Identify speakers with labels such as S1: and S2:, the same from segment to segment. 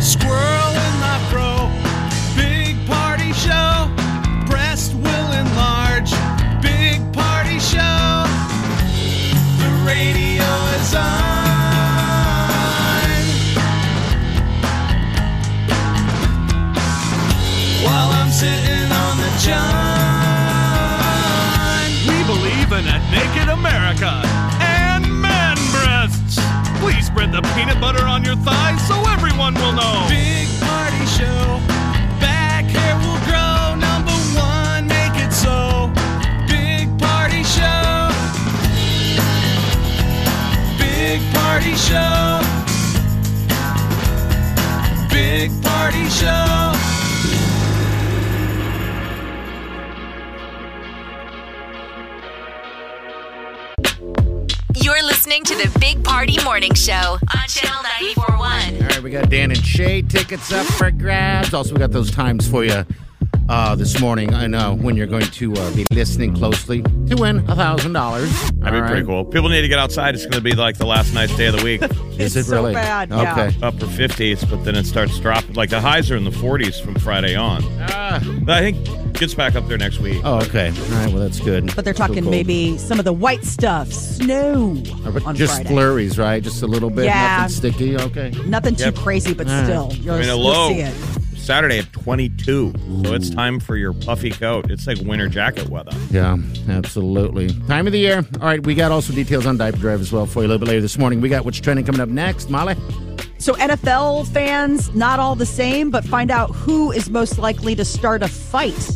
S1: Squirrel in my fro, big party show. Breast will enlarge, big party show. The radio is on. While I'm sitting on the john. We believe in a naked America and man breasts. Please spread the peanut butter on your thighs so everyone will know. Big party show. Back hair will grow. Number one, make it so. Big party show. Big party show. Big party show.
S2: You're listening to the Big Party Morning Show on Channel 941.
S3: All right, we got Dan and Shay tickets up for grabs. Also, we got those times for you uh, this morning. I know when you're going to uh, be listening closely to win a thousand dollars.
S4: That'd be pretty cool. People need to get outside. It's going to be like the last nice day of the week,
S3: Is
S5: It's
S3: it
S5: so
S3: really?
S5: bad, yeah.
S3: Okay.
S4: upper 50s, but then it starts dropping. Like the highs are in the 40s from Friday on.
S3: Ah.
S4: But I think gets back up there next week.
S3: oh, okay. All right. Well, that's good.
S5: But they're
S3: Cool,
S5: talking
S3: cool.
S5: maybe some of the white stuff, snow
S3: Uh, but
S5: on
S3: just
S5: Friday.
S3: flurries, right? Just a little bit.
S5: Yeah.
S3: Nothing sticky. Okay.
S5: Nothing too
S4: Yep.
S5: crazy, but still, you'll,
S4: I mean, a
S5: you'll
S4: low
S5: see it.
S4: Saturday at 22. So it's time for your puffy coat. It's like winter jacket weather.
S3: Yeah, absolutely. Time of the year. All right, we got also details on diaper drive as well for you a little bit later this morning. We got what's trending coming up next, Molly.
S5: So NFL fans, not all the same, but find out who is most likely to start a fight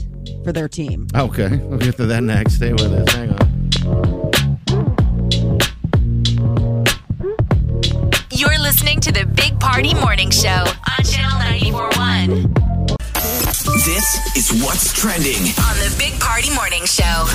S5: for their team.
S3: Okay, we'll get to that next. Stay with us. Hang on.
S2: You're listening to the Big Party Morning Show on Channel 941.
S6: This is what's trending.
S2: On the Big Party Morning Show.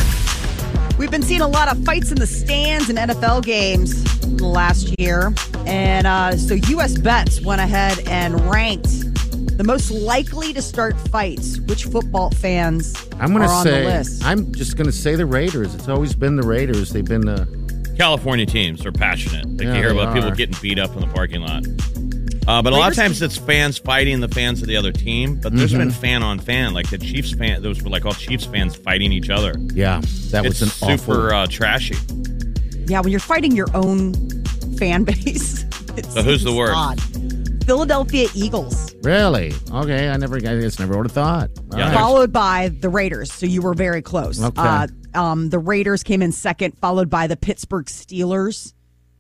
S5: We've been seeing a lot of fights in the stands in NFL games last year. And uh, so U.S. Bets went ahead and ranked the most likely to start fights, which football fans
S3: I'm going
S5: are
S3: to
S5: on the
S3: say,
S5: list.
S3: I'm just going to say the Raiders. It's always been the Raiders. They've been uh,
S4: California teams are passionate. Like you
S3: Yeah,
S4: hear
S3: they
S4: about people
S3: are.
S4: getting beat up in the parking lot. Uh, but a lot of times it's fans fighting the fans of the other team. But
S3: Mm-hmm.
S4: there's been fan on fan, like the Chiefs fan. Those were like all Chiefs fans fighting each other.
S3: yeah, that
S4: It's
S3: was an
S4: super
S3: awful.
S4: uh, trashy.
S5: yeah, when you're fighting your own fan base. it
S4: So who's the
S5: seems
S4: worst?
S5: odd. Philadelphia Eagles,
S3: Really? Okay, I never, I just never would have thought. All
S4: Yeah.
S3: right.
S5: followed by the Raiders. So you were very close.
S3: Okay.
S5: Uh, um, the Raiders came in second, followed by the Pittsburgh Steelers,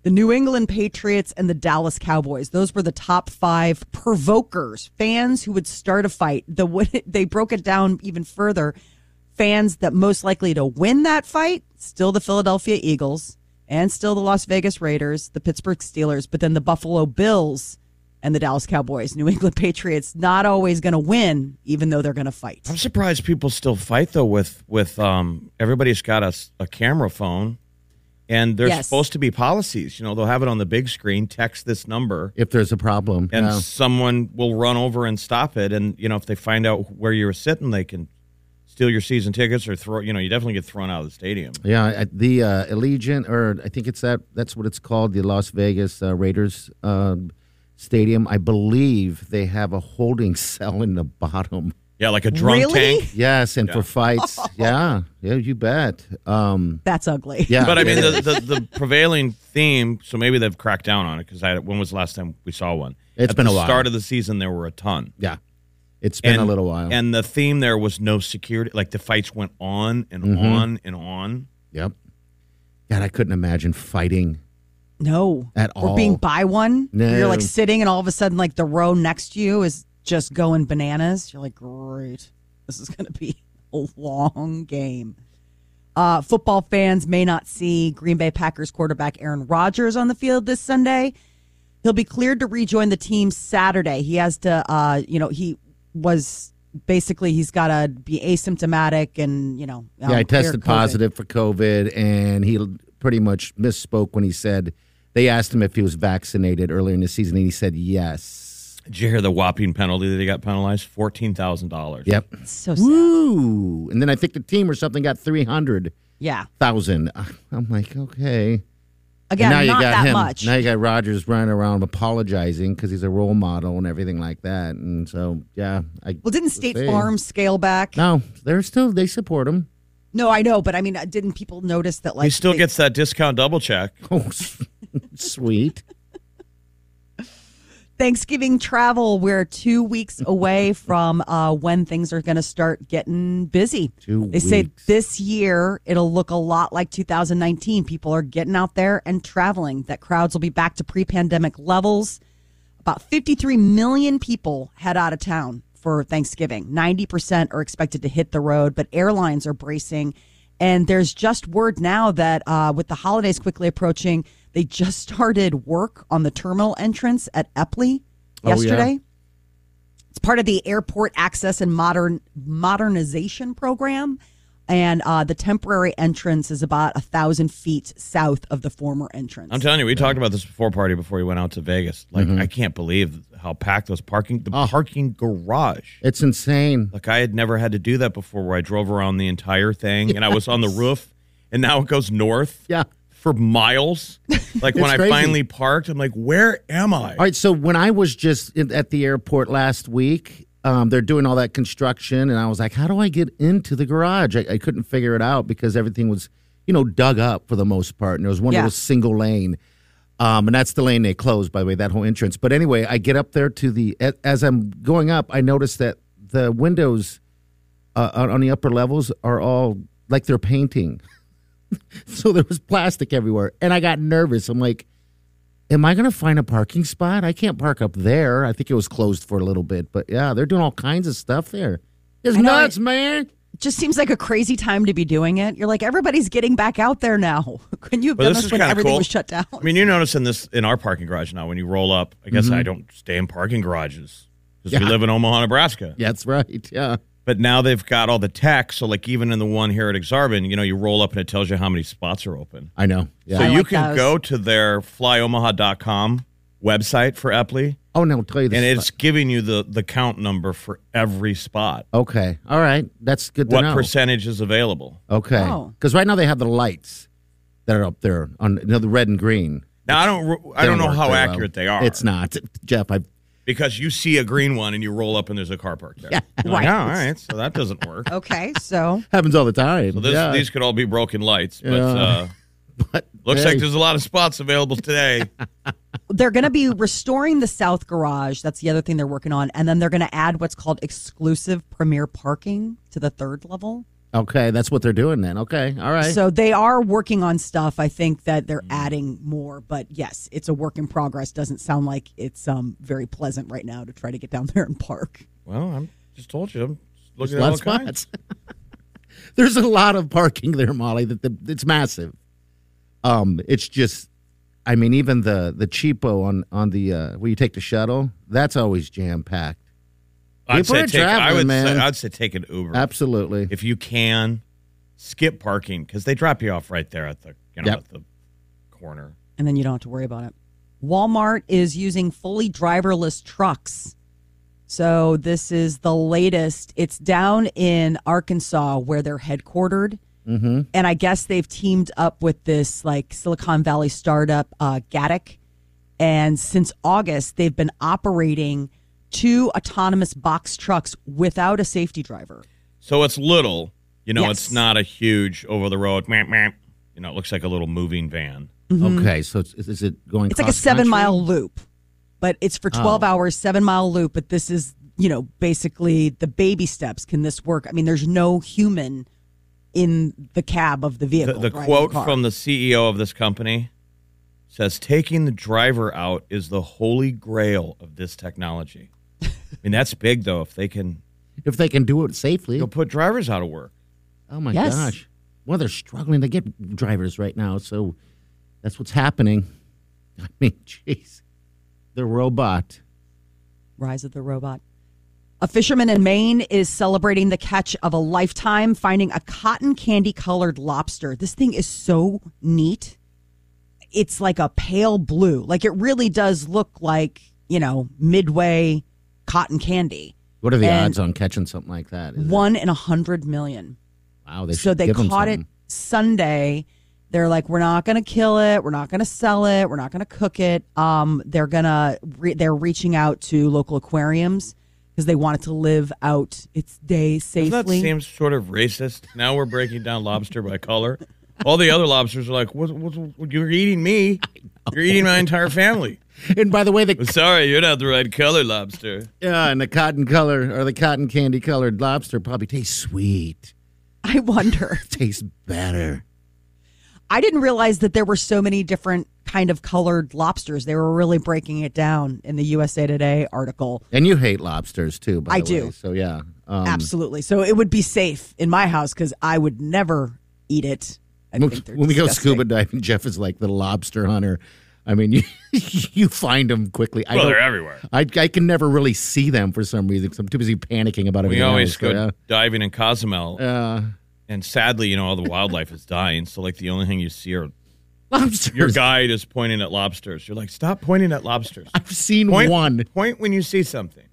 S5: the New England Patriots, and the Dallas Cowboys. Those were the top five provokers, fans who would start a fight. The w- they broke it down even further. Fans that most likely to win that fight, still the Philadelphia Eagles, and still the Las Vegas Raiders, the Pittsburgh Steelers, but then the Buffalo Bills. And the Dallas Cowboys, New England Patriots, not always going to win, even though they're going to fight.
S4: I'm surprised people still fight though. With with um, everybody's got a, s- a camera phone, and there's
S5: Yes.
S4: supposed to be policies. You know, they'll have it on the big screen. Text this number,
S3: If there's a problem,
S4: and
S3: yeah.
S4: someone will run over and stop it. And you know, if they find out where you were sitting, they can steal your season tickets or throw. You know, you definitely get thrown out of the stadium.
S3: Yeah, I- the uh, Allegiant, or I think it's that. That's what it's called, the Las Vegas uh, Raiders uh, stadium. I believe they have a holding cell in the bottom.
S4: Yeah, like a drunk
S5: Really?
S4: tank.
S3: Yes, and for fights, yeah, yeah, you bet. Um,
S5: That's ugly.
S3: yeah,
S4: But I mean, the, the the prevailing theme. So maybe they've cracked down on it because I when was the last time we saw one?
S3: It's
S4: At
S3: been
S4: the
S3: a while.
S4: Start of the season, there were a ton.
S3: yeah, it's been a little while.
S4: And the theme there was no security. Like the fights went on and
S3: Mm-hmm.
S4: on and on.
S3: yep. God, I couldn't imagine fighting.
S5: No.
S3: At
S5: Or being
S3: all.
S5: by one. where You're like
S3: No.
S5: sitting and all of a sudden like the row next to you is just going bananas. You're like, great. This is going to be a long game. Uh, football fans may not see Green Bay Packers quarterback Aaron Rodgers on the field this Sunday. He'll be cleared to rejoin the team Saturday. He has to, uh, you know, he was basically he's got to be asymptomatic and you know. um,
S3: yeah, I
S5: clear
S3: tested
S5: COVID.
S3: positive for COVID, and he l- pretty much misspoke when he said they asked him if he was vaccinated earlier in the season, and he said yes.
S4: Did you hear the whopping penalty that he got penalized? Fourteen thousand dollars.
S3: Yep.
S5: So sad.
S3: Woo! And then I think the team or something got three hundred
S5: yeah,
S3: thousand. Ah, I'm like, okay.
S5: again,
S3: and now
S5: not
S3: you got
S5: that
S3: him.
S5: much.
S3: Now you got Rogers running around apologizing because he's a role model and everything like that. And so, yeah, I
S5: well, didn't State
S3: Hey.
S5: Farm scale back?
S3: no, they're still they support him.
S5: No, I know, but I mean, uh, didn't people notice that? Like,
S4: He still
S5: they-
S4: gets that discount double check.
S3: Oh, s- sweet.
S5: Thanksgiving travel. We're two weeks away from uh, when things are going to start getting busy.
S3: Two
S5: they say
S3: weeks.
S5: this year it'll look a lot like 2019. People are getting out there and traveling. That crowds will be back to pre-pandemic levels. About 53 million people head out of town for Thanksgiving. 90% are expected to hit the road, but airlines are bracing. And there's just word now that uh, with the holidays quickly approaching, they just started work on the terminal entrance at Epley
S3: Oh, yeah.
S5: yesterday. It's part of the airport access and modern modernization program. And uh, the temporary entrance is about a thousand feet south of the former entrance.
S4: I'm telling you, we talked about this before party before we went out to Vegas. Like
S3: Mm-hmm.
S4: I can't believe how packed those parking
S3: Ah.
S4: the parking garage.
S3: It's insane.
S4: Like I had never had to do that before where I drove around the entire thing and I was on the roof and now it goes north
S3: Yeah.
S4: for miles. Like when
S3: It's
S4: I
S3: crazy.
S4: finally parked, I'm like, where am I?
S3: All right. So when I was just in, at the airport last week, um, they're doing all that construction, and I was like, "How do I get into the garage?" I, I couldn't figure it out because everything was, you know, dug up for the most part, and there was one
S5: Yeah.
S3: little single lane, um, and that's the lane they closed, by the way, that whole entrance. But anyway, I get up there to the a- as I'm going up, I notice that the windows uh, on- on the upper levels are all like they're painting. so there was plastic everywhere, and I got nervous. I'm like, "Am I going to find a parking spot? I can't park up there." I think it was closed for a little bit, but yeah, they're doing all kinds of stuff there. It's
S5: I know,
S3: nuts, man.
S5: just seems like a crazy time to be doing it. You're like, everybody's getting back out there now. Couldn't you have
S4: But
S5: done
S4: this
S5: this,
S4: is
S5: when
S4: kind of
S5: everything
S4: cool.
S5: was shut down?
S4: I mean, you notice in this in our parking garage now when you roll up. I guess
S5: Mm-hmm.
S4: I don't stay in parking garages because we
S3: Yeah.
S4: live in Omaha, Nebraska.
S3: Yeah, that's right. Yeah,
S4: But now they've got all the tech. So like even in the one here at Exarban, you know, you roll up and it tells you how many spots are open.
S3: I know. Yeah.
S4: So
S5: I
S4: you
S5: like
S4: can
S5: those.
S4: go to their flyomaha.com website for Epley,
S3: oh no, I'll tell you this.
S4: and it's giving you the the count number for every spot,
S3: okay. All right, that's good to
S4: what
S3: know.
S4: percentage is available.
S3: Okay.
S5: Oh.
S3: Because right now they have the lights that are up there on you know, the red and green.
S4: Now I don't re- I
S3: They
S4: don't know
S3: work
S4: how
S3: very well.
S4: accurate they are.
S3: It's not, Jeff. I
S4: because you see a green one and you roll up and there's a car parked there. You're like,
S5: right.
S4: "Oh, all right, so that doesn't work.
S5: okay, so
S3: happens all the time.
S4: So this,
S3: yeah.
S4: these could all be broken lights, but
S3: Yeah.
S4: uh,
S3: But,
S4: looks
S3: hey,
S4: like there's a lot of spots available today.
S5: they're going to be restoring the South Garage. That's the other thing they're working on. And then they're going to add what's called exclusive premier parking to the third level.
S3: okay. That's what they're doing then. Okay. All right.
S5: So they are working on stuff. I think that they're adding more, but yes, it's a work in progress. Doesn't sound like it's um very pleasant right now to try to get down there and park.
S4: well, I'm just told you. I'm just looking
S3: There's a lot
S4: at
S3: of
S4: all kinds.
S3: spots. there's a lot of parking there, Molly. That the, it's massive. Um, it's just, I mean, even the the cheapo on on the uh, where you take the shuttle, that's always jam packed.
S4: I'd
S3: People
S4: say
S3: are
S4: take, I
S3: traveling,
S4: would
S3: man.
S4: say I'd say take an Uber
S3: Absolutely.
S4: if you can. Skip parking because they drop you off right there at the you know
S3: Yep.
S4: at the corner.
S5: and then you don't have to worry about it. Walmart is using fully driverless trucks. So this is the latest. It's down in Arkansas where they're headquartered. Mm-hmm. And I guess they've teamed up with this like Silicon Valley startup, uh, Gaddick. And since August, they've been operating two autonomous box trucks without a safety driver.
S4: So it's little, you know,
S5: Yes.
S4: it's not a huge over the road. meow, meow. You know, it looks like a little moving van.
S3: Okay. So it's, is it going?
S5: Mm-hmm. It's like a seven mile loop, but it's for 12 hours, seven mile loop. But this is, you know, basically the baby steps. Can this work? I mean, there's no human in the cab of the
S4: The,
S5: vehicle.
S4: the
S5: driving
S4: quote
S5: car.
S4: from the CEO of this company says, "Taking the driver out is the holy grail of this technology." I mean, that's big though. If they can,
S3: If they can do it safely.
S4: you'll put drivers out of work.
S3: Oh my
S5: Yes.
S3: gosh. well, they're struggling to get drivers right now, so that's what's happening. I mean, jeez, the robot.
S5: Rise of the Robot. A fisherman in Maine is celebrating the catch of a lifetime, finding a cotton candy colored lobster. This thing is so neat. It's like a pale blue. Like it really does look like, you know, midway cotton candy.
S3: What are the
S5: And-
S3: odds on catching something like that? Is it-
S5: One in a hundred million.
S3: wow, they
S5: so
S3: should
S5: they
S3: give 'em
S5: caught it
S3: something.
S5: Sunday. They're like, we're not going to kill it. We're not going to sell it. We're not going to cook it. Um, they're gonna re- they're reaching out to local aquariums because they want it to live out its day
S4: Doesn't that
S5: safely.
S4: seem sort of racist? Now we're breaking down lobster by color. All the other lobsters are like, what, what, what- you're eating me. You're eating my entire family.
S3: And by the way, the
S4: Sorry, you're not the right color lobster.
S3: yeah, and the cotton color or the cotton candy colored lobster probably tastes sweet,
S5: I wonder.
S3: tastes better.
S5: I didn't realize that there were so many different kind of colored lobsters. They were really breaking it down in the USA Today article.
S3: And you hate lobsters too, by
S5: I
S3: the
S5: do.
S3: way. So yeah, um,
S5: Absolutely. So it would be safe in my house because I would never eat it. I
S3: When,
S5: think they're
S3: when we go
S5: disgusting.
S3: scuba diving, Jeff is like the lobster hunter. I mean, you you find them quickly. I
S4: Well,
S3: don't-
S4: they're everywhere.
S3: I, I can never really see them for some reason because I'm too busy panicking about everything.
S4: We always
S3: else,
S4: go
S3: but, uh,
S4: diving in Cozumel,
S3: uh,
S4: and sadly, you know, all the wildlife is dying. So, like, the only thing you see are
S3: lobsters.
S4: your guide is pointing at lobsters. You're like, stop pointing at lobsters.
S3: I've seen
S4: Point
S3: one.
S4: Point when you see something.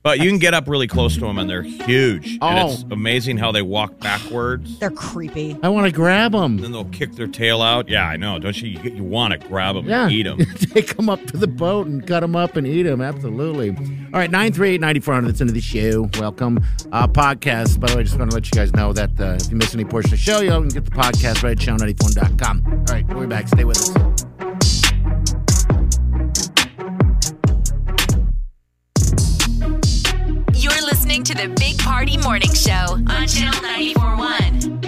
S4: But you can get up really close to them, and they're huge. And it's
S3: Oh.
S4: amazing how they walk backwards.
S5: They're creepy.
S3: I want to grab them.
S4: Then they'll kick their tail out. Yeah, I know. Don't you? You, want to grab them
S3: Yeah.
S4: and eat them.
S3: Take them up to the boat and cut them up and eat them. Absolutely. All right, 938 9400. That's into the show. Welcome. Uh, podcast. By the way, I just want to let you guys know that uh, if you miss any portion of the show, you can get the podcast right at show94.com. All right, we'll be back. Stay with us.
S2: You're listening to the Big Party Morning Show on Channel 941.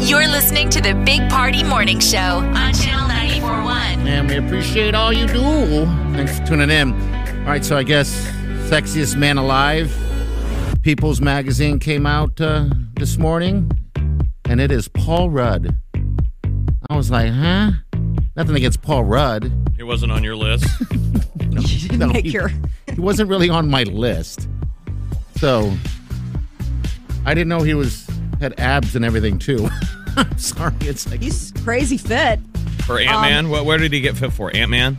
S2: You're listening to the Big Party Morning Show on Channel 941.
S3: And we appreciate all you do. Thanks for tuning in. All right, so I guess Sexiest Man Alive, People's Magazine came out uh, this morning, and it is Paul Rudd. I was like, huh? Nothing against Paul Rudd.
S4: It wasn't on your list.
S3: No,
S5: Make
S3: he,
S5: your-
S3: he wasn't really on my list. So I didn't know he was had abs and everything too. I'm sorry, it's like
S5: He's crazy fit.
S4: For Ant Man,
S3: Um,
S4: what? Where did he get fit for? Ant Man.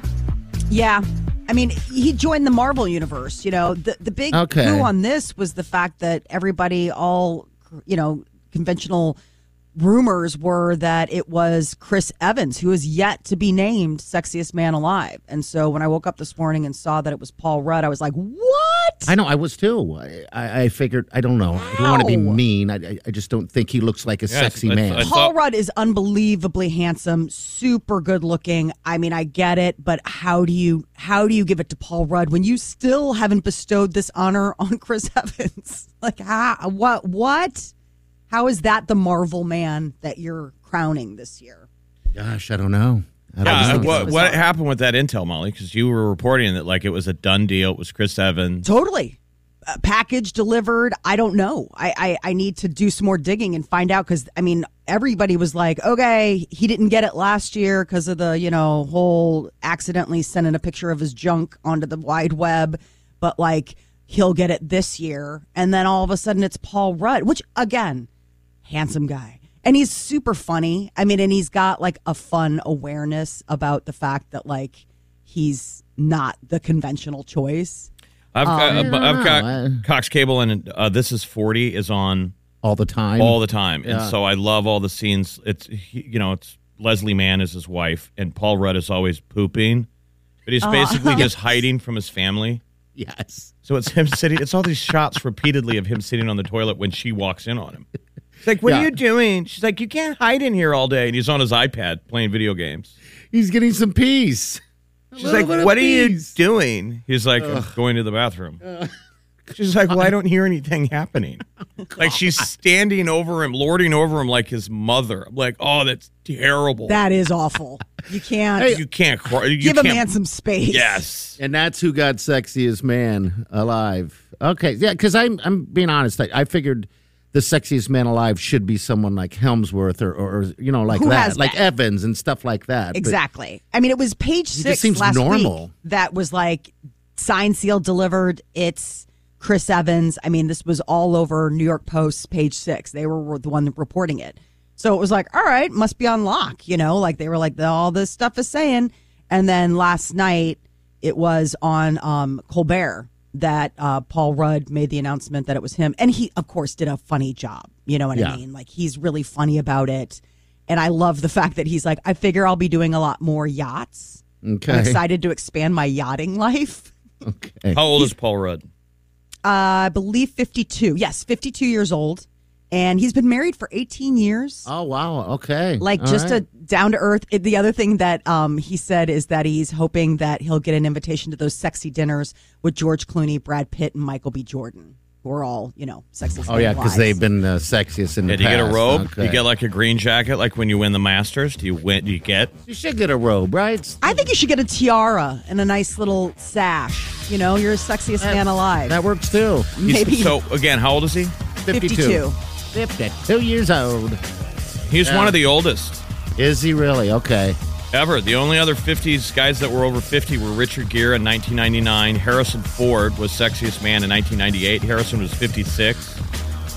S5: Yeah. I mean, he joined the Marvel universe. You know, the the big
S3: Okay.
S5: clue on this was the fact that everybody, all you know, conventional rumors were that it was Chris Evans who is yet to be named sexiest man alive. And so when I woke up this morning and saw that it was Paul Rudd, I was like, "What?
S3: I know I was too. I, I, I figured I don't know. I don't want to be
S5: Wow.
S3: mean. I- I, I just don't think he looks like a
S4: Yeah,
S3: sexy
S4: it's-
S3: man.
S4: it's-
S5: Paul
S4: thought-
S5: Rudd is unbelievably handsome, super good looking. I mean, I get it, but how do you how do you give it to Paul Rudd when you still haven't bestowed this honor on Chris Evans? Like, how, what what? How is that the Marvel man that you're crowning this year?
S3: Gosh, I don't know. I don't
S4: Yeah, uh,
S3: know.
S4: what,
S5: was
S4: what
S5: on.
S4: happened with that intel, Molly? Because you were reporting that like it was a done deal. It was Chris Evans.
S5: Totally. Uh, package delivered. I don't know. I, I, I need to do some more digging and find out because, I mean, everybody was like, okay, he didn't get it last year because of the, you know, whole accidentally sending a picture of his junk onto the wide web, but like he'll get it this year. And then all of a sudden it's Paul Rudd, which again, handsome guy. And he's super funny. I mean, and he's got like a fun awareness about the fact that like he's not the conventional choice.
S4: I've got,
S3: Oh,
S4: uh,
S3: I don't
S4: I've
S3: know.
S4: got Cox Cable and uh, This Is Forty is on
S3: All the time.
S4: all the time,
S3: Yeah.
S4: and so I love all the scenes. It's he- you know, it's Leslie Mann is his wife, and Paul Rudd is always pooping, but he's basically just hiding from his family.
S3: yes.
S4: So it's him sitting. It's all these shots repeatedly of him sitting on the toilet when she walks in on him. It's like, what
S3: Yeah.
S4: are you doing? She's like, you can't hide in here all day, and he's on his iPad playing video games.
S3: He's getting some peace.
S4: She's like, what are you doing? He's like, I'm going to the bathroom. She's like, well, I don't hear anything happening.
S5: Oh,
S4: like she's standing over him, lording over him like his mother. I'm like, oh, that's terrible.
S5: That is awful. You can't
S4: you can't cry. You
S5: give a
S4: can't,
S5: man some space.
S4: Yes.
S3: And that's who got sexiest man alive. Okay, yeah, because I'm I'm being honest. I, I figured the sexiest man alive should be someone like Helmsworth or or, or, you know like
S5: Who
S3: that,
S5: has
S3: like
S5: that?
S3: Evans and stuff like that. But
S5: Exactly. I mean, it was page
S3: just
S5: six
S3: seems
S5: last
S3: normal.
S5: week that was like signed, sealed, delivered. It's Chris Evans. I mean, this was all over New York Post, page six. They were the one reporting it. So it was like, all right, must be on lock. You know, like they were like, all this stuff is saying. And then last night, it was on um, Colbert that uh, Paul Rudd made the announcement that it was him. And he, of course, did a funny job. You know what
S3: Yeah.
S5: I mean? Like, he's really funny about it. And I love the fact that he's like, I figure I'll be doing a lot more yachts. I'm
S3: Okay.
S5: excited to expand my yachting life.
S3: Okay.
S4: How old is Paul Rudd?
S5: Uh, I believe 52. Yes, 52 years old. And he's been married for 18 years.
S3: Oh wow. Okay.
S5: like
S3: All
S5: just a
S3: right.
S5: down to earth. It- The other thing that um, he said is that he's hoping that he'll get an invitation to those sexy dinners with George Clooney, Brad Pitt, and Michael B. Jordan, who are all you know sexy.
S3: Oh yeah, because they've been uh, sexiest in
S4: Yeah,
S3: the
S4: do you get a
S3: past.
S4: robe? Do
S3: Okay.
S4: you get like a green jacket, like when you win the Masters? Do you win? Do you get?
S3: You should get a robe, right?
S5: I think you should get a tiara and a nice little sash. You know, you're the sexiest man alive.
S3: That works too.
S4: He's-
S5: Maybe
S4: So again, how old is he?
S5: 52.
S3: 52 years old.
S4: He's
S3: Yeah.
S4: one of the oldest
S3: Is he really? Okay.
S4: ever. The only other 50s guys that were over 50 were Richard Gere in 1999. Harrison Ford was sexiest man in 1998. Harrison was 56.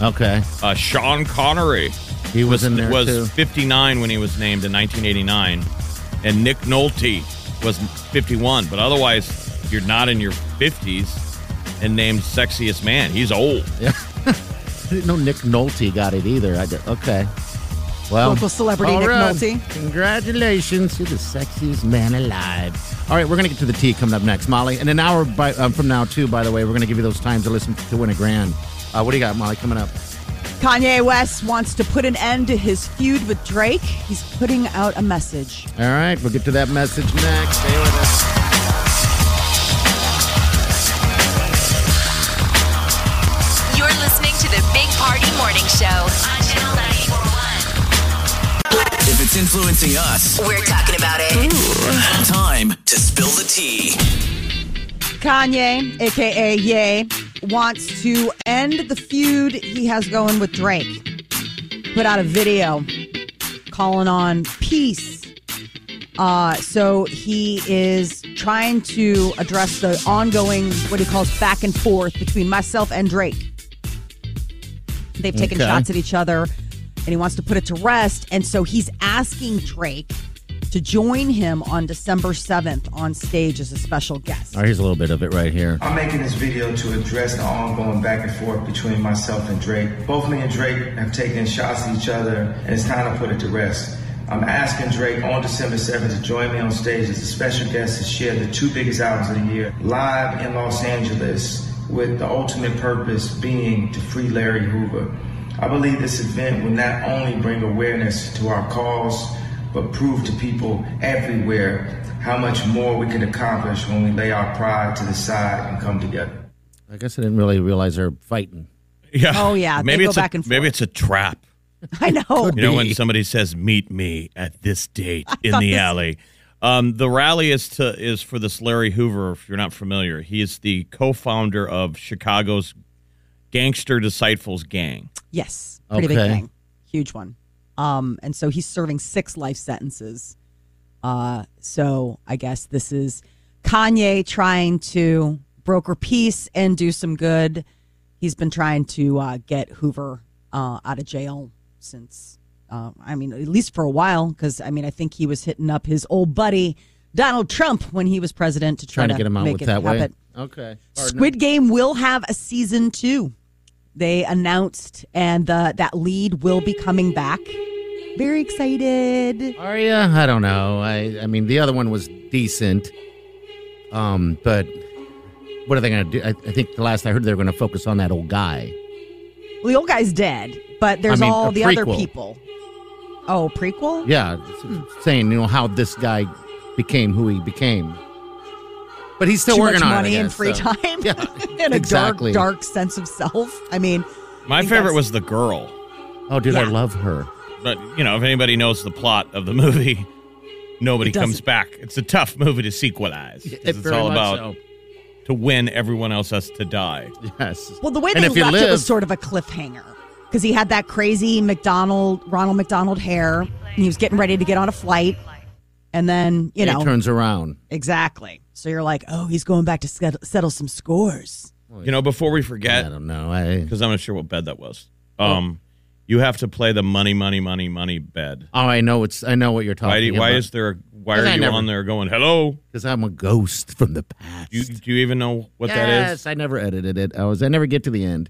S3: Okay.
S4: Uh, Sean Connery
S3: He was, in there
S4: was
S3: too.
S4: 59 when he was named in 1989, and Nick Nolte was 51. But otherwise, you're not in your 50s and named sexiest man. He's old.
S3: I didn't know Nick Nolte got it either. I did. Okay. Well,
S5: Local celebrity
S3: all
S5: Nick
S3: right.
S5: Nolte.
S3: Congratulations. You're the sexiest man alive. All right, we're going to get to the tea coming up next, Molly. In an hour by, um, from now, too, by the way, we're going to give you those times to listen to win a grand. Uh, what do you got, Molly, coming up?
S5: Kanye West wants to put an end to his feud with Drake. He's putting out a message.
S3: All right, we'll get to that message next. Stay with us.
S2: You're listening to the Big Party Morning Show on Channel 941.
S6: If it's influencing us,
S2: We're talking about it.
S6: time to spill the tea.
S5: Kanye, aka Ye, wants to end the feud he has going with Drake. Put out a video calling on peace. Uh, so he is trying to address the ongoing what he calls back and forth between myself and Drake. They've taken
S3: Okay.
S5: shots at each other, and he wants to put it to rest. And so he's asking Drake to join him on December seventh on stage as a special guest.
S3: All right, here's a little bit of it right here.
S7: I'm making this video to address the ongoing back and forth between myself and Drake. Both me and Drake have taken shots at each other, and it's time to put it to rest. I'm asking Drake on December 7th to join me on stage as a special guest to share the two biggest albums of the year live in Los Angeles, with the ultimate purpose being to free Larry Hoover. I believe this event will not only bring awareness to our cause, but prove to people everywhere how much more we can accomplish when we lay our pride to the side and come together.
S3: I guess I didn't really realize they're fighting.
S4: Yeah.
S5: Oh, yeah, they
S4: Maybe
S5: go
S4: it's
S5: back
S4: a,
S5: and
S4: maybe
S5: forth.
S4: it's a trap.
S5: I know.
S4: You know, when somebody says "Meet me at this date in
S5: thought
S4: the
S5: this-
S4: alley," um, the rally is to is for this Larry Hoover. If you're not familiar, he is the co-founder of Chicago's Gangster Disciples Gang.
S5: Yes, pretty big
S3: Okay.
S5: thing, huge one. Um, and so he's serving six life sentences. Uh, so I guess this is Kanye trying to broker peace and do some good. He's been trying to uh, get Hoover uh, out of jail since, uh, I mean, at least for a while, because I mean, I think he was hitting up his old buddy Donald Trump when he was president to try
S3: Trying to get him out
S5: make
S3: with
S5: it
S3: that way.
S5: happen.
S3: Okay. Pardon.
S5: Squid Game will have a season two. They announced, and the, that lead will be coming back. Very excited.
S3: Are you? I don't know. I I mean, the other one was decent. Um, but what are they going to do? I, I think the last I heard, they were going to focus on that old guy.
S5: Well, the old guy's dead, but there's
S3: I mean,
S5: all
S3: a
S5: the other
S3: prequel.
S5: people. Oh, prequel?
S3: Yeah, s- saying you know how this guy became who he became. But he's still
S5: too
S3: working
S5: much
S3: on it, I
S5: money and
S3: guess,
S5: free
S3: so.
S5: time
S3: Yeah,
S5: and a
S3: exactly.
S5: dark, dark sense of self. I mean, I
S4: My
S5: think
S4: favorite
S5: that's-
S4: was the girl.
S3: Oh, dude, I
S5: Yeah.
S3: love her.
S4: But, you know, if anybody knows the plot of the movie, nobody
S5: It doesn't.
S4: comes back. It's a tough movie to sequelize. 'cause it's all about to win, everyone else has to die.
S3: Yes.
S5: Well, the way
S3: and
S5: they
S3: if you
S5: left
S3: live,
S5: it was sort of a cliffhanger because he had that crazy McDonald Ronald McDonald hair. And he was getting ready to get on a flight, and then you know
S3: it turns around.
S5: exactly. So you're like, oh, he's going back to settle, settle some scores.
S4: You know, before we
S3: I
S4: forget,
S3: don't know. I
S4: because I'm not sure what bed that was, um, you have to play the money, money, money, money bed.
S3: oh, I know it's. I know what you're talking
S4: Why, do,
S3: about.
S4: why is there? a- Why
S3: 'Cause
S4: are
S3: I
S4: you
S3: never-
S4: on there going hello?
S3: because I'm a ghost from the past.
S4: Do you, do you even know what
S3: yes,
S4: that is?
S3: I never edited it. I was. I never get to the end.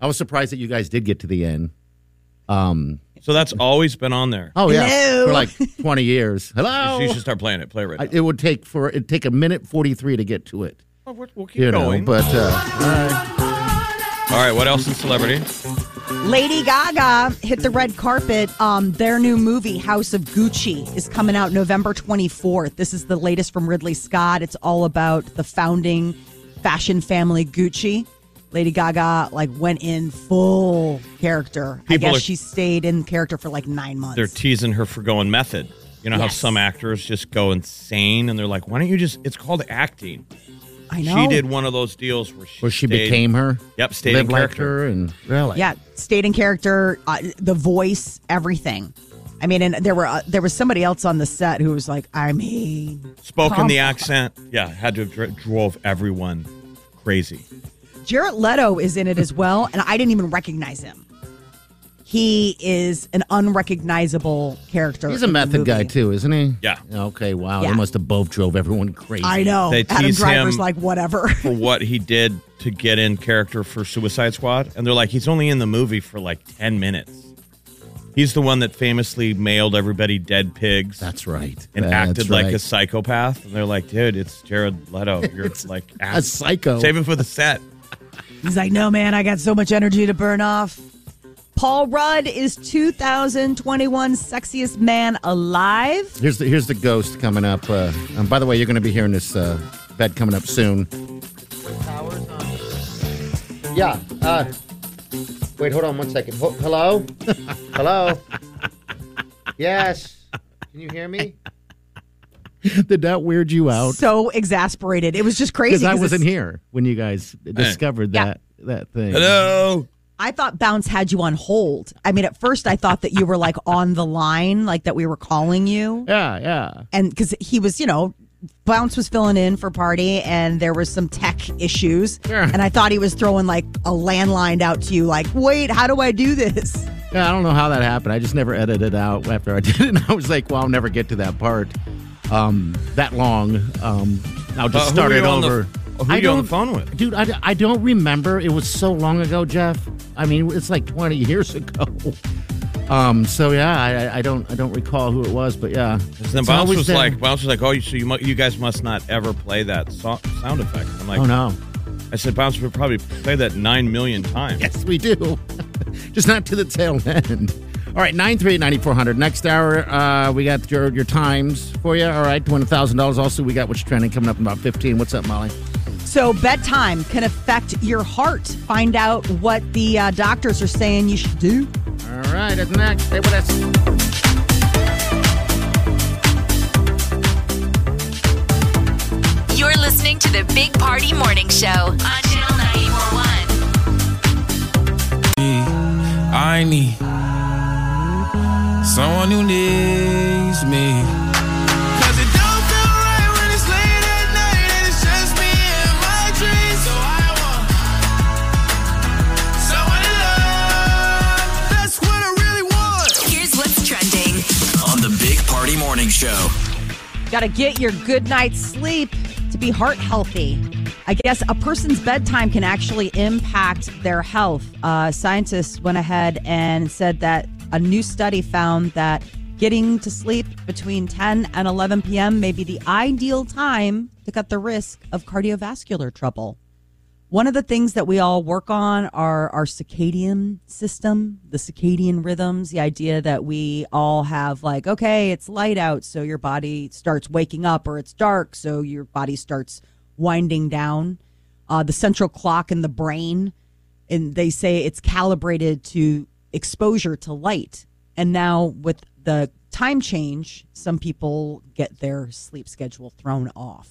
S3: I was surprised that you guys did get to the end. Um.
S4: So that's always been on there.
S3: Oh yeah.
S5: Hello.
S3: For like 20 years. Hello.
S5: Oh.
S4: You should start playing it. Play it right
S3: I,
S4: now.
S3: it would take for it would take a minute 43 to get to it.
S4: Well, we're- we'll keep
S3: You
S4: going.
S3: know, but uh,
S4: All right, what else in celebrity?
S5: Lady Gaga hit the red carpet. Um, their new movie, House of Gucci, is coming out November 24th. This is the latest from Ridley Scott. It's all about the founding fashion family Gucci. Lady Gaga like went in full character.
S4: People
S5: I guess
S4: are-
S5: she stayed in character for like nine months.
S4: They're teasing her for going method. You know how
S5: Yes.
S4: some actors just go insane and they're like, why don't you just, it's called acting.
S5: I know
S4: She did one of those deals where she,
S3: where she
S4: stayed-
S3: became her.
S4: Yep, stayed in
S3: lived like
S4: character.
S3: her and really.
S5: Yeah, stayed in character, uh, the voice, everything. I mean, and there were uh, there was somebody else on the set who was like, I mean,
S4: Spoke in
S5: Come
S4: the
S5: on.
S4: accent. Yeah, had to have dri- drove everyone crazy.
S5: Jarrett Leto is in it as well, and I didn't even recognize him. He is an unrecognizable character.
S3: He's a
S5: in the
S3: method guy
S5: movie.
S3: too, isn't he?
S4: uh, Yeah.
S3: Okay. Wow.
S5: Yeah.
S3: They must have both drove everyone crazy.
S5: I know.
S4: They
S5: Adam
S4: tease
S5: Driver's
S4: him.
S5: like whatever.
S4: For what he did to get in character for Suicide Squad. And they're like, he's only in the movie for like 10 minutes. He's the one that famously mailed everybody dead pigs.
S3: That's right.
S4: and
S3: That's
S4: acted like a
S3: right.
S4: psychopath. And they're like, dude, it's Jared Leto. You're like
S3: a psycho.
S4: Save it for the set.
S5: He's like, no, man, I got so much energy to burn off. Paul Rudd is 2021 sexiest man alive.
S3: Here's the here's the ghost coming up. Uh, and by the way, you're going to be hearing this uh, bed coming up soon. Yeah. Uh, wait, hold on one second. Ho- hello, hello. Yes. Can you hear me? Did that weird you out?
S5: So exasperated. It was just crazy.
S3: Because I
S5: 'cause
S3: wasn't
S5: it's-
S3: here when you guys discovered
S5: Yeah.
S3: that that thing.
S4: Hello.
S5: I thought Bounce had you on hold. I mean, at first I thought that you were like on the line, like that we were calling you.
S3: Yeah, yeah.
S5: and because he was, you know, Bounce was filling in for Party, and there was some tech issues,
S3: Sure.
S5: and I thought he was throwing like a landline out to you, like, "Wait, how do I do this?"
S3: Yeah, I don't know how that happened. I just never edited out after I did it. And I was like, well, I'll never get to that part um, that long. Um, I'll
S4: Uh,
S3: just
S4: who
S3: start
S4: were
S3: it
S4: you on the-
S3: over.
S4: who were
S3: I
S4: you on the
S3: don't-
S4: phone with?
S3: Dude, I, I don't remember. It was so long ago, Jeff. I mean, it's like 20 years ago. Um, so yeah, I, I- I don't I don't recall who it was, but yeah.
S4: And then
S3: It's
S4: Bounce
S3: always
S4: was
S3: there.
S4: like, Bounce was like, oh, so you mu- you guys must not ever play that so- sound effect. I'm like,
S3: oh no.
S4: I said, Bounce would probably play that nine million times.
S3: Yes, we do. Just not to the tail end. All right, 938-9400. Next hour, uh, we got your, your times for you. All right, $1,000. Also, we got what's trending coming up in about 15. What's up, Molly?
S5: So bedtime can affect your heart. Find out what the uh, doctors are saying you should do.
S3: All right, that's next. Stay with us.
S2: You're listening to the Big Party Morning Show on Channel 941.
S8: I need someone who needs me. Cause it don't feel right when it's late at night and it's just me and my dreams. So I want someone to love. That's what I really want.
S2: Here's what's trending.
S6: on the Big Party Morning Show.
S5: Got to get your good night's sleep to be heart healthy. I guess a person's bedtime can actually impact their health. Uh, scientists went ahead and said that a new study found that getting to sleep between 10 and 11 p.m. may be the ideal time to cut the risk of cardiovascular trouble. One of the things that we all work on are our circadian system, the circadian rhythms, the idea that we all have like, okay, it's light out, so your body starts waking up, or it's dark, so your body starts winding down. Uh, the central clock in the brain, and they say it's calibrated to exposure to light. And now with the time change, some people get their sleep schedule thrown off.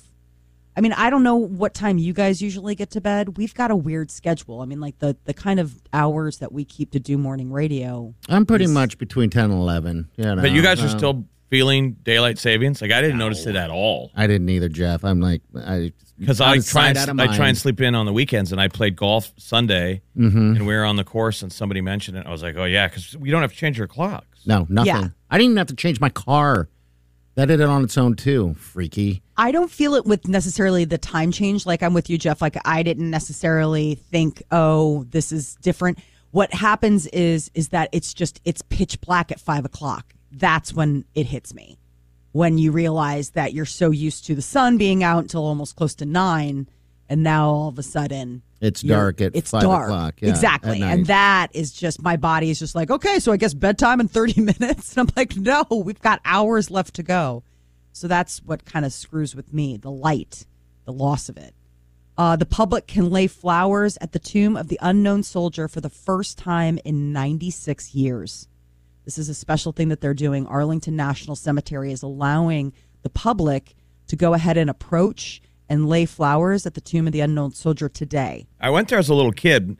S5: I mean, I don't know what time you guys usually get to bed. We've got a weird schedule. I mean, like the the kind of hours that we keep to do morning radio.
S3: I'm pretty much between 10 and 11. You know,
S4: But you guys
S3: uh,
S4: are still feeling daylight savings. Like I didn't notice it at all
S3: I didn't either, Jeff. I'm like, I.
S4: because
S3: out
S4: I
S3: of
S4: try and,
S3: sight, out of
S4: I try
S3: mind. Mm-hmm.
S4: and sleep in on the weekends, and I played golf Sunday, and we were on the course, and somebody mentioned it. I was like, oh yeah, because we don't have to change our clocks.
S3: No, nothing.
S5: Yeah.
S3: I didn't even have to change my car. That did it on its own too. Freaky.
S5: I don't feel it with necessarily the time change. Like I'm with you, Jeff. Like I didn't necessarily think, oh, this is different. What happens is is that it's just it's pitch black at five o'clock. That's when it hits me. When you realize that you're so used to the sun being out until almost close to nine, and now all of a sudden
S3: It's
S5: you're-
S3: dark at
S5: it's
S3: five
S5: dark.
S3: o'clock. Yeah,
S5: exactly,
S3: at
S5: and
S3: night.
S5: that is just my body is just like, okay, so I guess bedtime in thirty minutes. And I'm like, no, we've got hours left to go. So that's what kind of screws with me: the light, the loss of it. Uh, the public can lay flowers at the tomb of the unknown soldier for the first time in 96 years. This is a special thing that they're doing. Arlington National Cemetery is allowing the public to go ahead and approach and lay flowers at the tomb of the unknown soldier today.
S4: I went there as a little kid,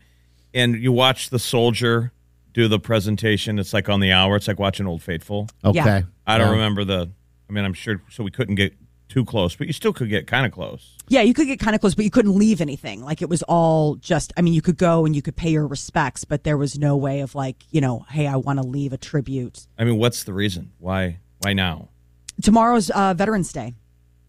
S4: and you watch the soldier do the presentation. It's like on the hour. It's like watching Old Faithful.
S3: okay.
S5: Yeah.
S4: I don't remember the. I mean, I'm sure. So we couldn't get too close, but you still could get kind of close.
S5: Yeah, you could get kind of close, but you couldn't leave anything. Like it was all just, I mean, you could go and you could pay your respects, but there was no way of like, you know, hey, I want to leave a tribute.
S4: I mean, what's the reason? Why? Why now?
S5: Tomorrow's uh, Veterans Day.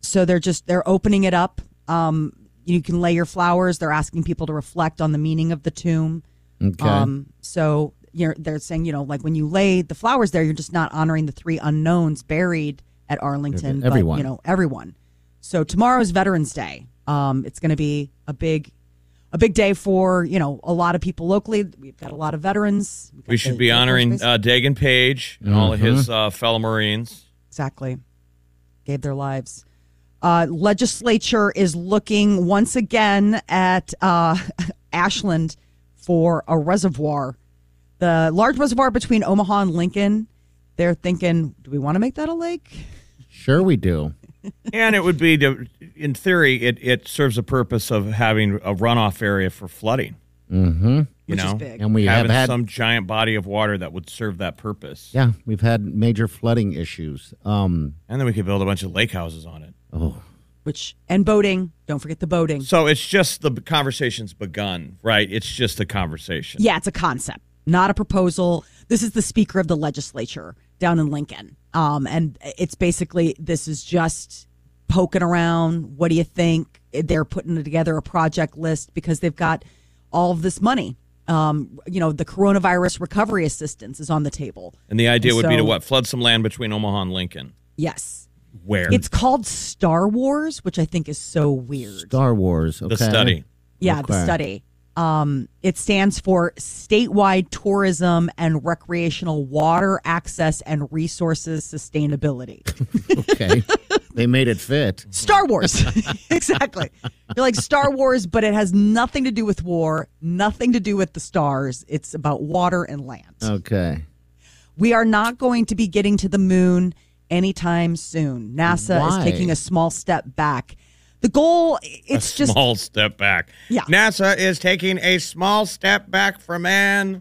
S5: So they're just, they're opening it up. Um, you can lay your flowers. They're asking people to reflect on the meaning of the tomb.
S3: Okay.
S5: Um, so you're, they're saying, you know, like when you lay the flowers there, you're just not honoring the three unknowns buried at Arlington.
S3: Everyone.
S5: But, you know, everyone. So tomorrow's Veterans Day. Um, it's going to be a big, a big day for you know a lot of people locally. We've got a lot of veterans. We've got
S4: We
S5: the-
S4: should be
S5: the Air Force
S4: honoring
S5: Base.
S4: uh, Dagan Page and all of
S3: Mm-hmm.
S4: his uh, fellow Marines.
S5: Exactly. Gave their lives. Uh, legislature is looking once again at uh, Ashland for a reservoir. The large reservoir between Omaha and Lincoln. They're thinking, do we want to make that a lake?
S3: sure we do.
S4: and it would be, to, in theory, it, it serves the purpose of having a runoff area for flooding.
S3: Mm-hmm.
S4: You
S5: Which is
S4: know,
S5: big.
S3: And we have
S4: having
S3: had
S4: some giant body of water that would serve that purpose.
S3: yeah, we've had major flooding issues. Um
S4: And then we could build a bunch of lake houses on it.
S3: oh
S5: Which and boating. Don't forget the boating.
S4: So it's just the conversation's begun, right? It's just a conversation.
S5: Yeah, it's a concept, not a proposal. This is the Speaker of the Legislature down in Lincoln. Um, and it's basically this is just poking around. What do you think? They're putting together a project list because they've got all of this money. Um, you know, the coronavirus recovery assistance is on the table.
S4: And the idea would be to
S5: So-
S4: what? Flood some land between Omaha and Lincoln.
S5: Yes.
S4: Where?
S5: It's called Star Wars, which I think is so weird.
S3: Star Wars. Okay.
S4: the study.
S5: Yeah,
S3: Okay.
S5: the study. Um, it stands for Statewide Tourism and Recreational Water Access and Resources Sustainability.
S3: Okay. they made it fit.
S5: Star Wars. exactly. You're like Star Wars, but it has nothing to do with war, nothing to do with the stars. It's about water and land.
S3: Oh. Okay.
S5: We are not going to be getting to the moon anytime soon. NASA
S3: Why?
S5: is taking a small step back. The goal, it's just
S4: small step back.
S5: Yeah.
S4: NASA is taking a small step back for man.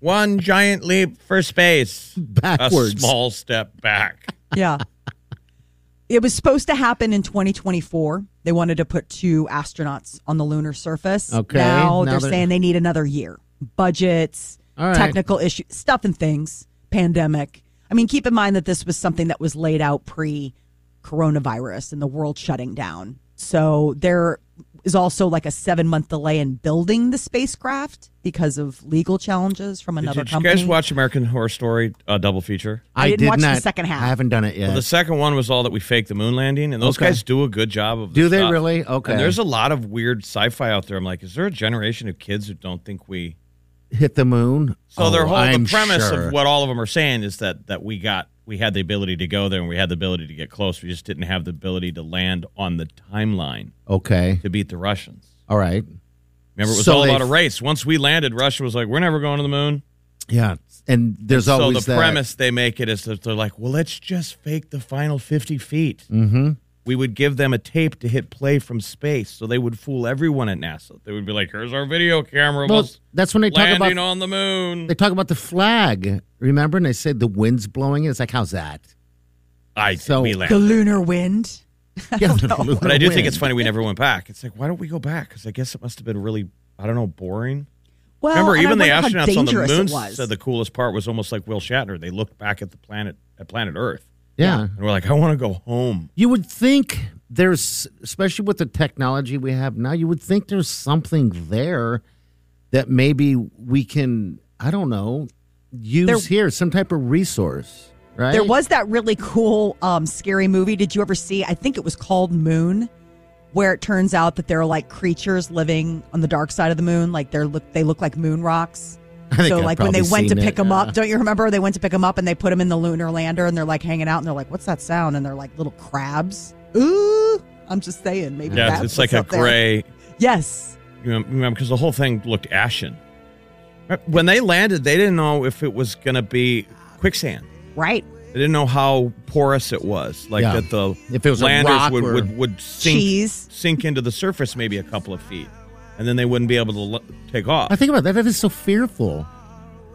S4: One giant leap for space.
S3: Backwards.
S4: A small step back.
S5: yeah. It was supposed to happen in 2024. They wanted to put two astronauts on the lunar surface.
S3: Okay,
S5: Now,
S3: now
S5: they're,
S3: they're-
S5: saying they need another year. Budgets,
S3: All right.
S5: technical issues, stuff and things, pandemic. I mean, keep in mind that this was something that was laid out pre coronavirus and the world shutting down. So there is also like a seven month delay in building the spacecraft because of legal challenges from another
S4: Did you
S5: company.
S4: guys watch American Horror Story uh, double feature?
S5: I didn't
S3: did
S5: watch the
S3: not,
S5: second half.
S3: I haven't done it yet.
S4: The second one was all that we faked the moon landing, and those
S3: Okay.
S4: guys do a good job of.
S3: Do
S4: the
S3: they
S4: stuff.
S3: really? Okay.
S4: And there's a lot of weird sci-fi out there. I'm like, is there a generation of kids who don't think we?
S3: Hit the moon.
S4: So
S3: oh,
S4: their whole
S3: I'm
S4: the premise
S3: sure.
S4: of what all of them are saying is that that we got we had the ability to go there and we had the ability to get close. We just didn't have the ability to land on the timeline
S3: Okay.
S4: to beat the Russians.
S3: All right.
S4: Remember, it was
S3: So
S4: all
S3: they-
S4: about a race. Once we landed, Russia was like, "We're never going to the moon."
S3: Yeah. And there's
S4: so
S3: always
S4: the
S3: that.
S4: premise they make it is that they're like, "Well, let's just fake the final fifty feet." Mm-hmm. We would give them a tape to hit play from space, so they would fool everyone at NASA. They would be like, "Here's our video camera of
S3: Well,
S4: us
S3: that's when they talk
S4: landing
S3: about
S4: on the moon."
S3: they talk about the flag. Remember, and they said the wind's blowing. It's like how's that?
S4: I
S3: so-
S4: we
S5: The
S4: landed.
S5: lunar wind.
S3: Yeah,
S4: But I do think it's funny we never went back. It's like, why don't we go back? Because I guess it must have been really, I don't know, boring.
S5: Well,
S4: Remember,
S5: and I
S4: even the
S5: wondered how
S4: astronauts on the
S5: dangerous it
S4: moon
S5: was.
S4: said the coolest part was almost like Will Shatner. They looked back at the planet at planet Earth
S3: Yeah.
S4: and we're like, I want to go home.
S3: You would think there's, especially with the technology we have now, you would think there's something there that maybe we can, I don't know, use
S5: There-
S3: here, some type of resource, right?
S5: There was that really cool, um, scary movie. Did you ever see? I think it was called Moon, where it turns out that there are like creatures living on the dark side of the moon. Like they're look, they look like moon rocks.
S3: think
S5: So
S3: I've
S5: like when they
S3: probably
S5: went to
S3: seen
S5: pick
S3: it,
S5: them
S3: yeah.
S5: up, don't you remember? They went to pick them up and they put them in the lunar lander and they're like hanging out and they're like, "What's that sound?" And they're like little crabs. Ooh, I'm just saying, maybe.
S4: Yeah,
S5: that's
S4: it's, it's like a
S5: what's up there.
S4: gray,
S5: Yes.
S4: you know, because the whole thing looked ashen. When they landed, they didn't know if it was going to be quicksand.
S5: Right.
S4: They didn't know how porous it was. Like
S3: Yeah.
S4: that the
S3: If it was a
S4: landers
S3: rock
S4: would,
S3: or-
S4: would, would sink
S5: Cheese.
S4: sink into the surface maybe a couple of feet. And then they wouldn't be able to l- take off.
S3: I think about that. That is so fearful.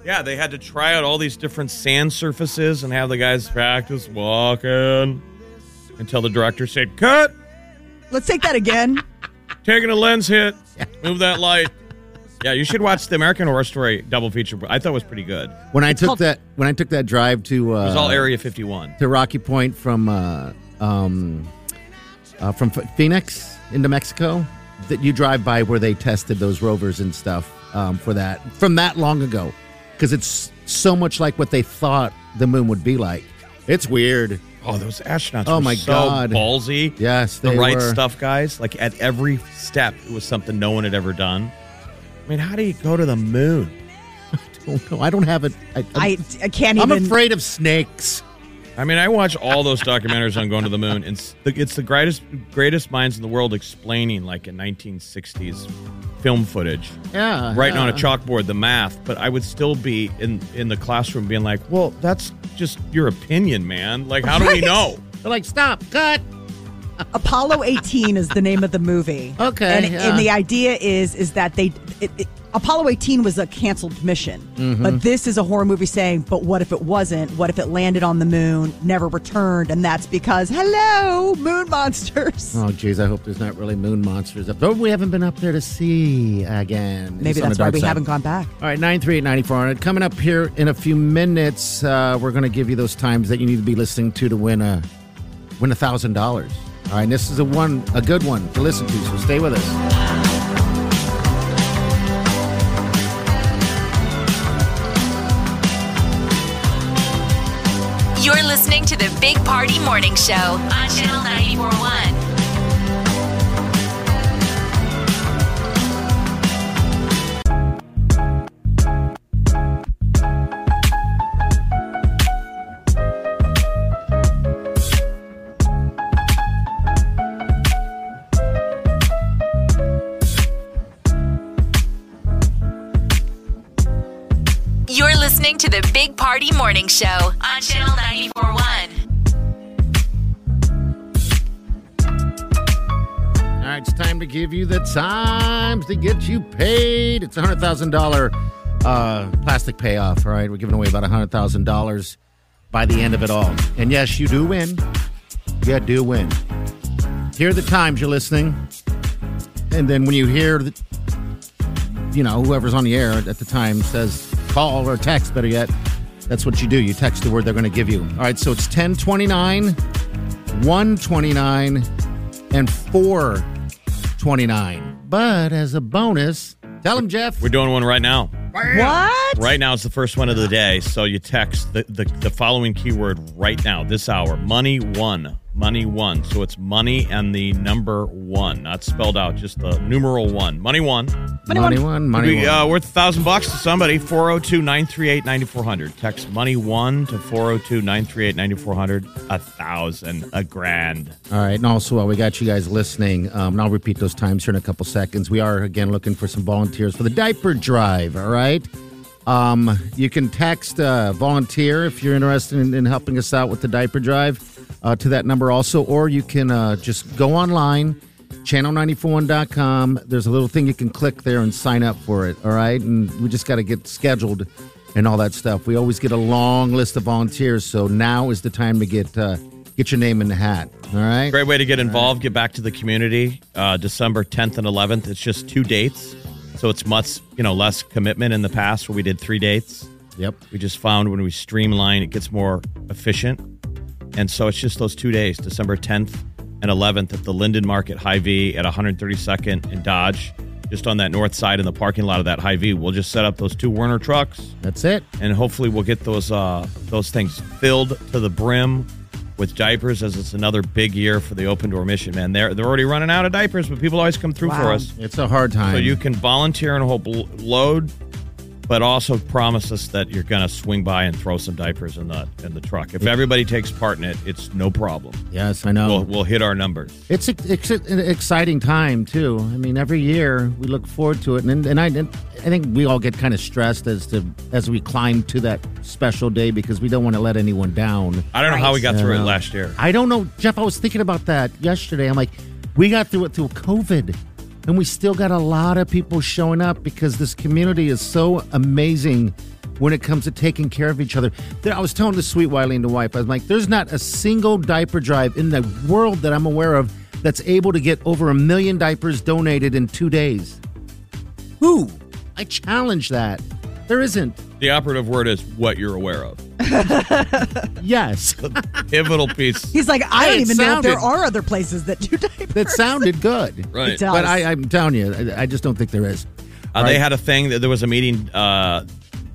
S4: yeah, they had to try out all these different sand surfaces and have the guys practice walking until the director said, Cut!
S5: Let's take that again.
S4: Taking a lens hit. Move that light. Yeah, you should watch the American Horror Story double feature. I thought it was pretty good. It
S3: When I took
S5: called-
S3: that, when I took that drive to, uh,
S4: was all Area 51.
S3: to Rocky Point from, uh, um, uh, from Ph- Phoenix into Mexico, that you drive by where they tested those rovers and stuff um, for that from that long ago, because it's so much like what they thought the moon would be like. It's weird.
S4: Oh, those astronauts
S3: Oh
S4: were
S3: my
S4: so
S3: God.
S4: ballsy.
S3: Yes,
S4: the
S3: they
S4: right
S3: were.
S4: stuff, guys. Like at every step, it was something no one had ever done. I mean, how do you go to the moon?
S3: Oh, no, I don't have it. I,
S5: I, I can't
S3: I'm
S5: even.
S3: afraid of snakes.
S4: I mean, I watch all those documentaries on going to the moon, and it's the, it's the greatest greatest minds in the world explaining like in 1960s film footage,
S3: Yeah,
S4: writing on a
S3: yeah.
S4: chalkboard the math. But I would still be in in the classroom being like, "Well, that's just your opinion, man. Like, how do we
S5: Right.
S4: know?"
S3: They're like, stop, cut.
S5: Apollo 18 is the name of the movie.
S3: Okay,
S5: And,
S3: yeah.
S5: and the idea is is that they it, it, Apollo 18 was a canceled mission.
S3: Mm-hmm.
S5: But this is a horror movie saying, but what if it wasn't? What if it landed on the moon, never returned, and that's because hello, moon monsters.
S3: Oh, geez, I hope there's not really moon monsters up there. We haven't been up there to see again.
S5: Maybe
S3: It's on
S5: that's
S3: the
S5: why
S3: dark
S5: we
S3: side.
S5: haven't gone back.
S3: All right, 938-9400. Coming up here in a few minutes, uh, we're going to give you those times that you need to be listening to to win a win a thousand dollars. All right, and this is a one a good one to listen to. So stay with us.
S2: You're listening to the Big Party Morning Show on Channel 941. You're listening to the Big Party Morning Show on Channel 941.
S3: All right, it's time to give you the times to get you paid. It's a hundred thousand dollar uh, plastic payoff. All right, we're giving away about a hundred thousand dollars by the end of it all. And yes, you do win. You do win. Hear the times you're listening, and then when you hear, the, you know, whoever's on the air at the time says call or text. Better yet, that's what you do. You text the word they're going to give you. All right, so it's ten twenty nine, one twenty nine, and four. 29. But as a bonus, tell him, Jeff.
S4: We're doing one right now.
S5: What?
S4: Right now is the first one of the day, so you text the, the, the following keyword right now, this hour. Money one. Money One. So it's money and the number one, not spelled out, just the numeral one. Money One.
S5: Money
S3: money
S5: one.
S3: one, money
S4: Could be
S3: one.
S4: uh, worth a thousand bucks to somebody. 402 938 9400. Text money one to 402 938 9400. A thousand, a grand.
S3: All right, and also uh, we got you guys listening, um, and I'll repeat those times here in a couple seconds. We are again looking for some volunteers for the diaper drive. All right, um, you can text uh, volunteer if you're interested in, in helping us out with the diaper drive uh, to that number also, or you can uh, just go online, channel941.com. There's a little thing you can click there and sign up for it. All right, and we just got to get scheduled and all that stuff. We always get a long list of volunteers, so now is the time to get. Uh, get your name in the hat. All right.
S4: Great way to get involved, get back to the community. Uh, December 10th and 11th. It's just two dates. So it's much, you know, less commitment in the past where we did three dates.
S3: Yep.
S4: We just found when we streamline, it gets more efficient. And so it's just those two days, December 10th and 11th at the Linden Market High V at 132nd and Dodge, just on that north side in the parking lot of that High V. We'll just set up those two Werner trucks
S3: That's it.
S4: and hopefully we'll get those uh, those things filled to the brim with diapers as it's another big year for the open door mission man they're they're already running out of diapers but people always come through for
S5: Wow.
S4: us
S3: It's a hard time.
S4: so you can volunteer and hold load but also promise us that you're going to swing by and throw some diapers in the in the truck if everybody takes part in it it's no problem
S3: Yes, I know.
S4: we'll, we'll hit our numbers
S3: it's, it's an exciting time too. I mean, every year we look forward to it, and and I and I think we all get kind of stressed as to as we climb to that special day because we don't want to let anyone down.
S4: i don't know how we got through it
S3: Yeah.
S4: last year
S3: I don't know, Jeff. I was thinking about that yesterday. I'm like, we got through it through COVID, and we still got a lot of people showing up because this community is so amazing when it comes to taking care of each other. There, I was telling the sweet Wiley and the wife, I was like, there's not a single diaper drive in the world that I'm aware of that's able to get over a million diapers donated in two days. Who? I challenge that. There isn't.
S4: the operative word is what you're aware of
S3: Yes.
S4: pivotal piece
S5: He's like, I don't
S3: It
S5: even know if there
S3: sounded-
S5: are other places that do diapers.
S3: That sounded good.
S4: Right.
S5: It does.
S3: But I, I'm telling you, I, I just don't think there is.
S4: Uh,
S3: Right.
S4: They had a thing that there was a meeting uh,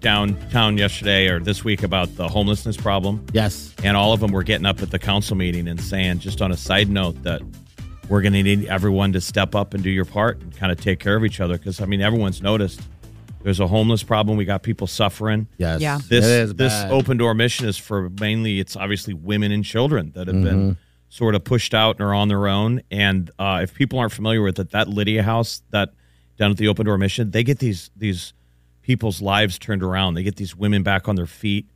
S4: downtown yesterday or this week about the homelessness problem,
S3: Yes.
S4: and all of them were getting up at the council meeting and saying, just on a side note, that we're going to need everyone to step up and do your part and kind of take care of each other because I mean everyone's noticed there's a homeless problem. We got people suffering.
S3: Yes.
S5: Yeah.
S4: This
S3: It is
S4: this
S3: bad.
S4: open door mission is for mainly it's obviously women and children that have been
S3: Mm-hmm.
S4: sort of pushed out and are on their own. And uh, if people aren't familiar with it, that Lydia House that down at the open door mission, they get these these people's lives turned around. They get these women back on their feet.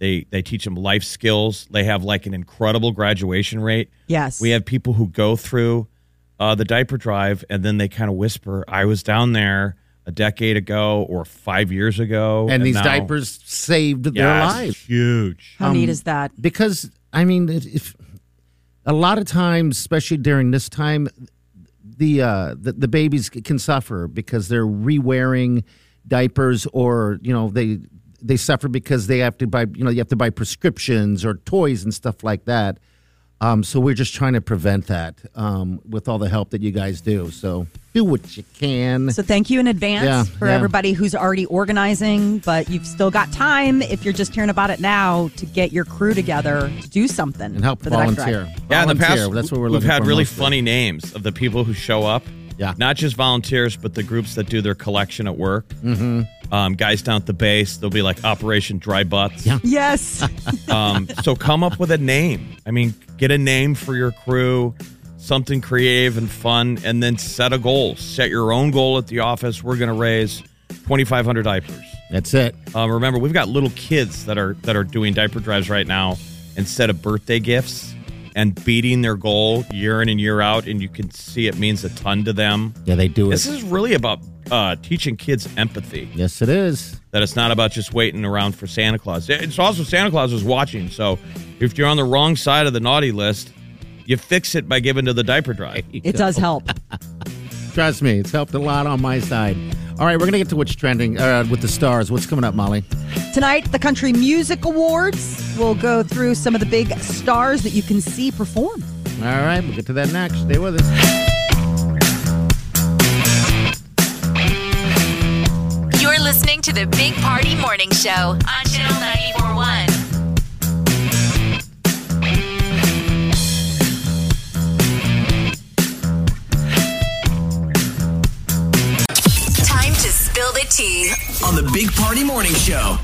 S4: They they teach them life skills. They have like an incredible graduation rate.
S5: Yes.
S4: We have people who go through uh, the diaper drive and then they kind of whisper, "I was down there." A decade ago, or five years ago,
S3: And these
S4: now-
S3: diapers saved their
S4: Yes,
S3: lives.
S4: Huge.
S5: How
S3: um,
S5: neat is that?
S3: because I mean, it- if a lot of times, especially during this time, the uh, the, the babies c- can suffer because they're re-wearing diapers, or you know they they suffer because they have to buy you know you have to buy prescriptions or toys and stuff like that. Um, so we're just trying to prevent that um, with all the help that you guys do. So do what you can.
S5: So thank you in advance
S3: Yeah,
S5: for
S3: yeah.
S5: everybody who's already organizing, but you've still got time if you're just hearing about it now to get your crew together to do something
S3: and help
S5: for the diaper drive.
S3: volunteer.
S4: Yeah, in the
S3: Volunteer,
S4: past,
S3: that's what we're
S4: we've
S3: looking
S4: had
S3: for
S4: really
S3: mostly.
S4: funny names of the people who show up.
S3: Yeah.
S4: Not just volunteers, but the groups that do their collection at work. Mm-hmm. Um, guys down at the base, they'll be like Operation Dry Butts.
S3: Yeah.
S5: Yes,
S4: Um, so come up with a name. I mean, get a name for your crew, something creative and fun, and then set a goal. Set your own goal at the office. We're going to raise 2,500 diapers.
S3: That's it.
S4: Um, remember, we've got little kids that are that are doing diaper drives right now instead of birthday gifts and beating their goal year in and year out, and you can see it means a ton to them.
S3: Yeah, they do it.
S4: This is really about uh, teaching kids empathy.
S3: yes, it is.
S4: That it's not about just waiting around for Santa Claus. It's also Santa Claus is watching. So if you're on the wrong side of the naughty list, you fix it by giving to the diaper drive.
S5: it does help.
S3: Trust me, it's helped a lot on my side. All right, we're going to get to what's trending uh, with the stars. What's coming up, Molly?
S5: Tonight, the Country Music Awards. We'll go through some of the big stars that you can see perform.
S3: All right, we'll get to that next. Stay with us.
S2: You're listening to the Big Party Morning Show on Channel 941.
S6: Big Party Morning Show.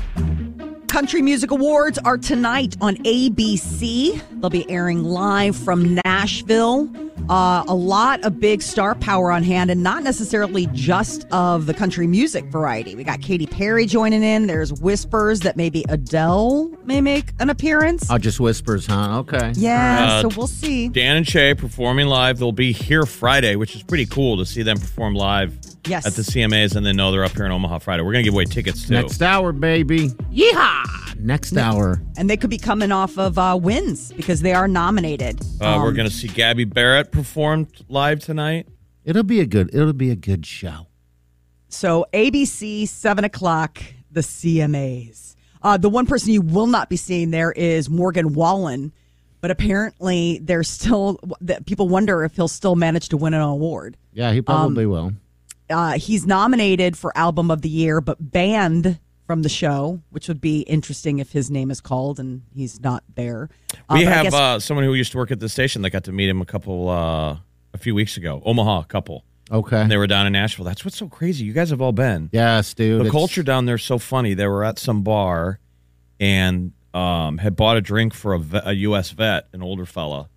S5: Country Music Awards are tonight on ABC. They'll be airing live from Nashville. Uh, a lot of big star power on hand, and not necessarily just of the country music variety. We got Katy Perry joining in. There's whispers that maybe Adele may make an appearance.
S3: Oh, just whispers, huh? Okay.
S5: yeah,
S4: Uh,
S5: so we'll see.
S4: Dan and Shay performing live. They'll be here Friday, which is pretty cool to see them perform live
S5: Yes.
S4: at the CMAs, and then know they're up here in Omaha Friday. We're gonna give away tickets too.
S3: Next hour, baby. Yeehaw! Next hour.
S5: and they could be coming off of uh, wins because they are nominated.
S4: Uh, we're
S5: Um,
S4: gonna see Gabby Barrett perform t- live tonight.
S3: It'll be a good. It'll be a good show.
S5: So ABC, seven o'clock, the CMAs. Uh, the one person you will not be seeing there is Morgan Wallen, but apparently there's still that people wonder if he'll still manage to win an award.
S3: Yeah, he
S5: Um,
S3: probably will.
S5: Uh, he's nominated for Album of the Year, but banned from the show, which would be interesting if his name is called and he's not there. Uh,
S4: We
S5: but I
S4: have
S5: guess-
S4: uh, someone who used to work at the station that got to meet him a couple uh, a few weeks ago. Omaha couple.
S3: Okay.
S4: And they were down in Nashville. That's what's so crazy. You guys have all been.
S3: yes, dude.
S4: the
S3: it's-
S4: culture down there's so funny. They were at some bar and um, had bought a drink for a, ve- a U.S. vet, an older fella,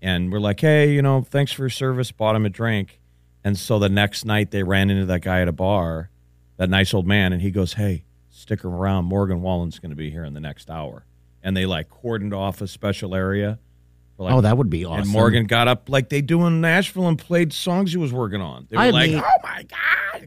S4: and we're like, "Hey, you know, thanks for your service." Bought him a drink, and so the next night they ran into that guy at a bar, that nice old man, and he goes, "Hey, stick around. Morgan Wallen's going to be here in the next hour," and they like cordoned off a special area. For, like,
S3: Oh, that would be awesome.
S4: and Morgan got up like they do in Nashville and played songs he was working on. They were
S3: I
S4: like,
S3: mean-
S4: "Oh my god!"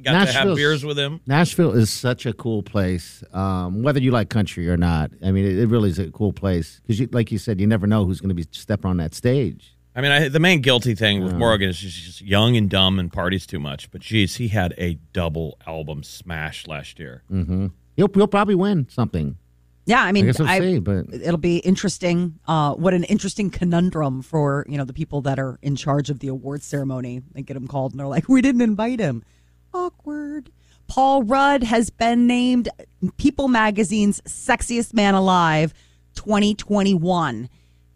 S4: Got to have
S3: Nashville's-
S4: beers with him.
S3: Nashville is such a cool place, um, whether you like country or not. I mean, it, it really is a cool place because, you, like you said, you never know who's going to be stepping on that stage.
S4: I mean, I, the main guilty thing with Morgan is she's just young and dumb and parties too much. But geez, he had a double album smash last year.
S3: He'll, he'll probably win something.
S5: yeah, I
S3: I,
S5: mean,
S3: guess we'll
S5: I-
S3: see. But
S5: it'll be interesting. Uh, what an interesting conundrum for you know the people that are in charge of the award ceremony. They get him called and they're like, "We didn't invite him." Awkward. Paul Rudd has been named People Magazine's Sexiest Man Alive 2021.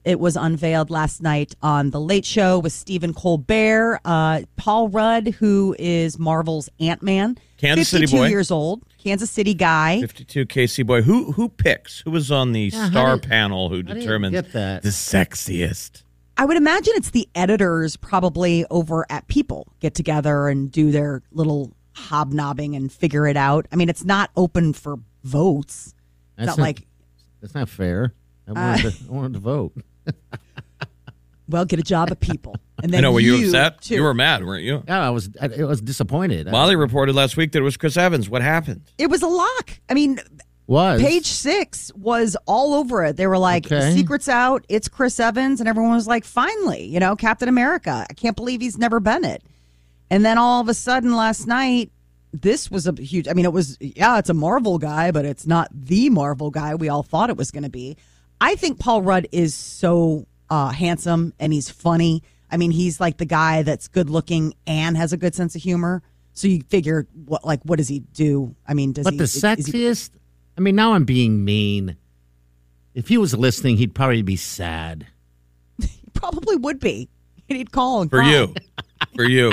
S5: It was unveiled last night on The Late Show with Stephen Colbert. Uh, Paul Rudd, who is Marvel's Ant Man,
S4: Kansas City boy.
S5: years old, Kansas City guy.
S4: Fifty-two KC boy, who who picks? Who was on the
S3: Yeah, how
S4: star
S3: did-
S4: panel who
S3: how did you
S4: determines
S3: get that?
S4: the sexiest?
S5: I would imagine it's the editors probably over at People get together and do their little hobnobbing and figure it out. I mean, it's not open for votes. It's not
S3: that's
S5: like, Uh.
S3: that's not fair. I wanted, to, I wanted to vote.
S5: well, get a job at People. And then
S4: I know. Were you,
S5: you
S4: upset?
S5: too.
S4: You were mad, weren't you?
S3: Yeah, I was. I, I was disappointed. I
S4: Molly reported last week that it was Chris Evans. What happened?
S5: It was a lock. I mean,
S3: was
S5: page six was all over it. They were like,
S3: Okay.
S5: "Secrets out." It's Chris Evans, and everyone was like, "Finally, you know, Captain America." I can't believe he's never been it. And then all of a sudden, last night, this was a huge. I mean, it was yeah, it's a Marvel guy, but it's not the Marvel guy we all thought it was going to be. I think Paul Rudd is so uh, handsome and he's funny. I mean, he's like the guy that's good looking and has a good sense of humor. So you figure what like what does he do? I mean, does
S3: But
S5: he
S3: the
S5: is- is he-
S3: sexiest. I mean, now I'm being mean. If he was listening, he'd probably be sad.
S5: probably would be. He'd call and
S4: For
S5: cry.
S4: you, for you.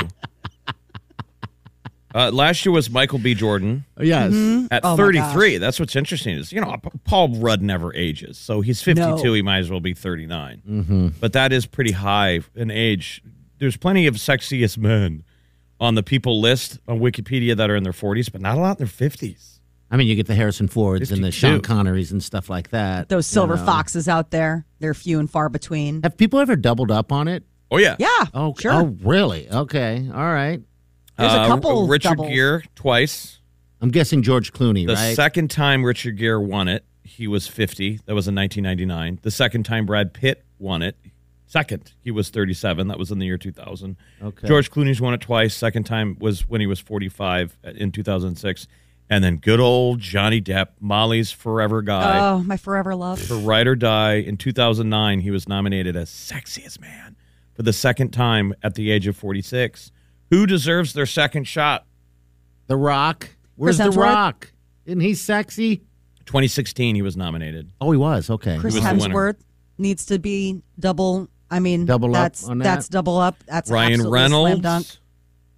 S4: Uh, last year was Michael B. Jordan.
S3: Yes.
S4: At
S5: Oh my
S4: 33, that's what's interesting is, you know, P- Paul Rudd never ages. So he's 52,
S5: No.
S4: he might as well be 39. But that is pretty high in age. There's plenty of sexiest men on the people list on Wikipedia that are in their 40s, but not a lot in their 50s.
S3: I mean, you get the Harrison Fords and the Sean
S4: 52.
S3: Connerys and stuff like that.
S5: Those
S3: you
S5: silver
S3: know.
S5: foxes out there, they're few and far between.
S3: Have people ever doubled up on it?
S4: Oh, yeah.
S5: Yeah.
S3: Oh,
S5: sure.
S3: Oh, really? Okay. All right.
S5: There's a
S4: Uh,
S5: couple
S4: Richard
S5: doubles.
S4: Gere twice.
S3: I'm guessing George Clooney,
S4: The
S3: right?
S4: second time Richard Gere won it, he was 50. That was in 1999. The second time Brad Pitt won it, second, he was 37. That was in the year 2000.
S3: Okay.
S4: George Clooney's won it twice. Second time was when he was 45 in 2006. And then good old Johnny Depp, Molly's forever guy,
S5: Oh, my forever love.
S4: for Ride or Die. In 2009, he was nominated as Sexiest Man for the second time at the age of 46. Who deserves their second shot?
S3: the Rock. Where's
S5: Chris
S3: The
S5: Hemsworth?
S3: Rock? Isn't he sexy?
S4: 2016, he was nominated.
S3: Oh, he was. Okay.
S5: Chris
S4: was the winner.
S5: Hemsworth needs to be double. I mean,
S3: Double up
S5: that's,
S3: on that?
S5: That's double up. That's
S4: Ryan
S5: absolutely a slam
S4: Reynolds.
S5: dunk.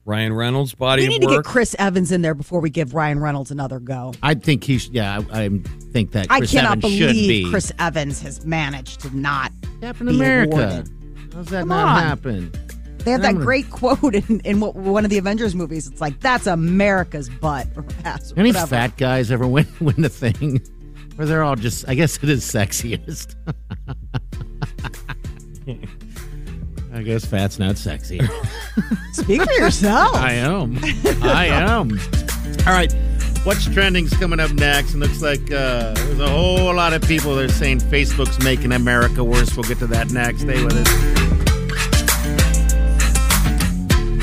S4: Ryan Reynolds' body
S5: We
S4: of
S5: need to get
S4: work.
S5: Chris Evans in there before we give Ryan Reynolds another go.
S3: I think he. Sh- yeah, I, I think that
S5: I
S3: Chris
S5: cannot
S3: Evans should
S5: believe
S3: be
S5: Chris Evans has managed to not.
S3: Captain
S5: be
S3: America.
S5: awarded.
S3: How's that
S5: Come
S3: not
S5: on.
S3: happen?
S5: They have
S3: I'm
S5: that
S3: gonna-
S5: great quote in, in what, one of the Avengers movies. It's like, that's America's butt or ass or
S3: Any
S5: whatever.
S3: fat guys ever win win the thing? Or they're all just. I guess it is sexiest. I guess fat's not sexy.
S5: Speak for yourself.
S3: I am. I am. All right. What's trending's coming up next? And looks like uh, there's a whole lot of people that are saying Facebook's making America worse. We'll get to that next. Stay with us.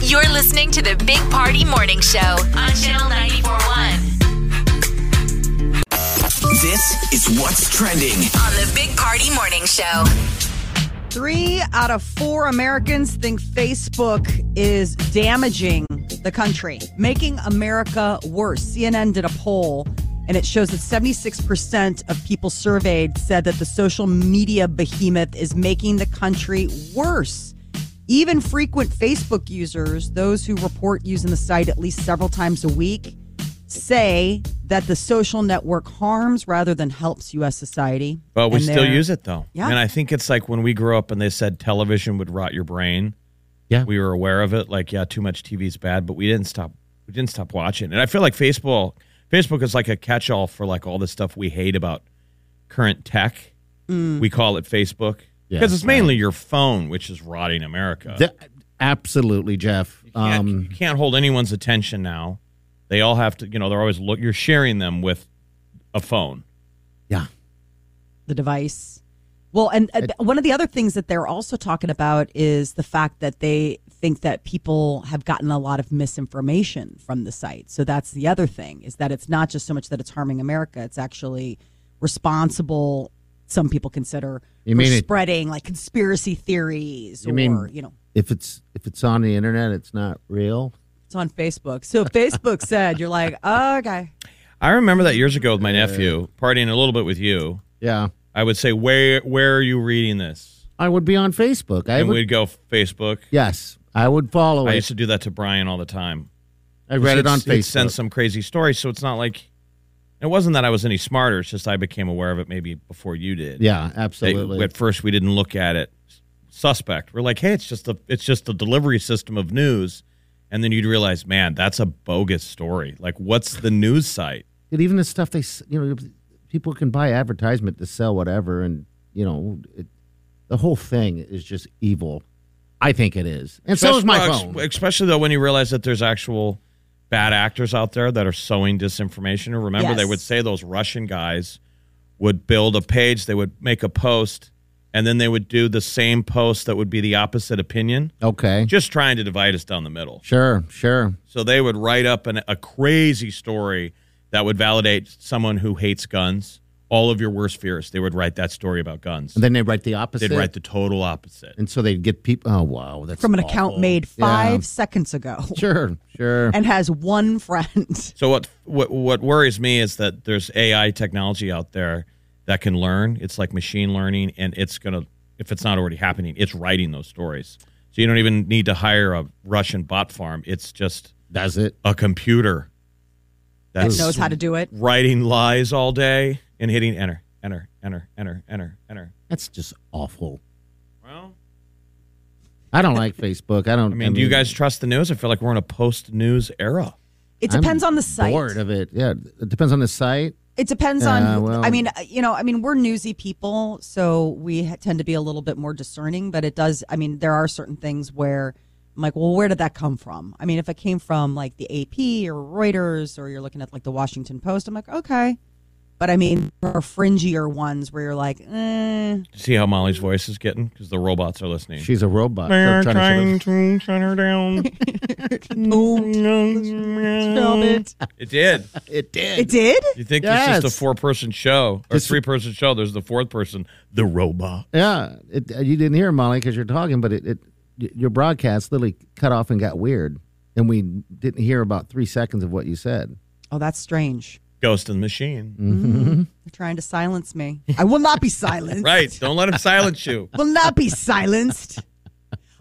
S2: You're listening to the Big Party Morning Show on Channel 941
S6: This is what's trending.
S2: on the Big Party Morning Show.
S5: Three out of four Americans think Facebook is damaging the country, making America worse. CNN did a poll, and it shows that 76% of people surveyed said that the social media behemoth is making the country worse. Even frequent Facebook users, those who report using the site at least several times a week, say that the social network harms rather than helps U.S. society.
S4: But we
S5: And
S4: still
S5: they're-
S4: use it though.
S5: Yeah.
S4: And I think it's like when we grew up and they said television would rot your brain.
S3: Yeah.
S4: We were aware of it. Like, yeah, too much TV is bad, but we didn't stop we didn't stop watching. And I feel like Facebook Facebook is like a catch all for like all the stuff we hate about current tech.
S5: Mm.
S4: We call it Facebook.
S3: Yeah,
S4: Because it's
S3: right.
S4: mainly your phone, which is rotting America.
S3: Th- absolutely, Jeff.
S4: can't- you
S3: Um,
S4: can't hold anyone's attention now. They all have to, you know, they're always look. You're sharing them with a phone.
S3: yeah.
S5: the device. Well, and uh, one of the other things that they're also talking about is the fact that they think that people have gotten a lot of misinformation from the site. So that's the other thing is that it's not just so much that it's harming America; it's actually responsible. Some people consider
S3: You
S5: for
S3: mean it-
S5: spreading like conspiracy theories,
S3: You
S5: or
S3: mean-
S5: you know,
S3: If it's if it's on the internet, it's not real.
S5: it's on Facebook. So if Facebook said you're like, oh, okay,
S4: I remember that years ago with my nephew, partying a little bit with you.
S3: Yeah.
S4: I would say, "Where where are you reading this?"
S3: I would be on Facebook. I
S4: And
S3: would.
S4: we'd go Facebook.
S3: yes, I would follow
S4: I
S3: it.
S4: used to do that to Brian all the time.
S3: I read it on
S4: He'd- he'd
S3: Facebook.
S4: Send some crazy story, so it's not like it wasn't that I was any smarter. It's just I became aware of it maybe before you did.
S3: yeah,
S4: They-
S3: absolutely.
S4: at first, we didn't look at it suspect. We're like, hey, it's just the it's just the delivery system of news, and then you'd realize, man, that's a bogus story. Like, what's the news site?
S3: And even the stuff they, s- you know, people can buy advertisement to sell whatever, and you know, it, the whole thing is just evil. I think it is, and so is my
S4: Especially-
S3: phone.
S4: Especially though, when you realize that there's actual bad actors out there that are sowing disinformation. Or remember, they
S5: Yes.
S4: would say those Russian guys would build a page, they would make a post, and then they would do the same post that would be the opposite opinion,
S3: Okay,
S4: just trying to divide us down the middle.
S3: sure, sure.
S4: So they would write up an, a crazy story that would validate someone who hates guns. All of your worst fears. They would write that story about guns.
S3: And then they write the opposite.
S4: They'd write the total opposite.
S3: and so they'd get people. Oh wow, that's
S5: from an
S3: awful.
S5: account made
S3: Yeah.
S5: five seconds ago
S3: Sure, sure.
S5: and has one friend.
S4: So what what what worries me is that there's AI technology out there that can learn. It's like machine learning, and it's gonna if it's not already happening, it's writing those stories. So you don't even need to hire a Russian bot farm. It's just
S3: Does it?
S4: a computer
S5: that
S4: that's
S5: knows how to do it.
S4: writing lies all day and hitting enter, enter, enter, enter, enter, enter.
S3: That's just awful.
S4: Well,
S3: I don't like Facebook. I don't.
S4: I mean, do you guys trust the news? I feel like we're in a post news era.
S5: It depends on the site.
S3: Bored of it. Yeah, it depends on the site.
S5: It depends
S3: Yeah,
S5: on.
S3: well-
S5: I mean, uh, you know, I mean, we're newsy people, so we ha- tend to be a little bit more discerning. But it does. I mean, there are certain things where I'm like, well, where did that come from? I mean, if it came from like the AP or Reuters, or you're looking at like the Washington Post, I'm like, okay. But I mean, there are fringier ones where you're like, eh.
S4: See how Molly's voice is getting because the robots are listening.
S3: She's a robot.
S4: They
S3: They're
S4: are
S3: trying to shut
S4: trying
S3: us-
S4: to shut her down.
S5: Stop it.
S4: It did.
S3: It did.
S5: It did.
S4: You think
S3: Yes.
S4: it's just a four person show or
S3: This-
S4: three person show? There's the fourth person, the robot.
S3: Yeah, it, uh, you didn't hear Molly because you're talking, but it, it your broadcast literally cut off and got weird, and we didn't hear about three seconds of what you said.
S5: Oh, that's strange.
S4: Ghost in the machine.
S5: Mm-hmm. They're trying to silence me. I will not be silenced.
S4: Right. Don't let him silence you.
S5: will not be silenced.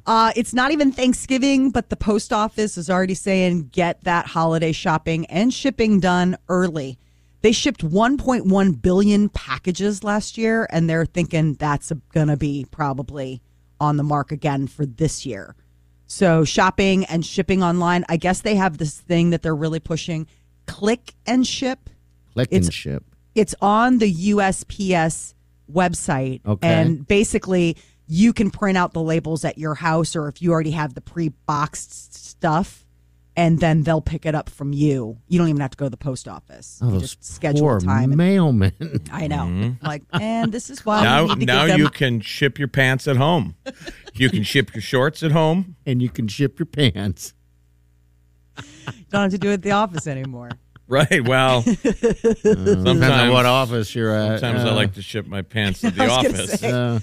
S5: Uh, it's not even Thanksgiving, but the post office is already saying get that holiday shopping and shipping done early. They shipped 1.1 billion packages last year, and they're thinking that's going to be probably on the mark again for this year. So, shopping and shipping online, I guess they have this thing that they're really pushing click and ship
S3: Click
S5: It's-
S3: and ship.
S5: it's on the USPS website.
S3: Okay.
S5: And basically, you can print out the labels at your house or if you already have the pre boxed stuff, and then they'll pick it up from you. You don't even have to go to the post office.
S3: Oh,
S5: you
S3: those
S5: just schedule
S3: poor Mm-hmm.
S5: a time. and-
S3: mailmen.
S5: I know. Like, and this is why
S4: Now,
S5: we need to
S4: now
S5: give them
S4: you can ship your pants at home. You can ship your shorts at home.
S3: and you can ship your pants.
S5: don't have to do it at the office anymore.
S4: Right. Well,
S3: Depends on
S4: Sometimes-
S3: what office you're at.
S4: sometimes I
S3: Uh,
S4: like to ship my pants to the
S5: I was gonna
S4: office.
S5: say.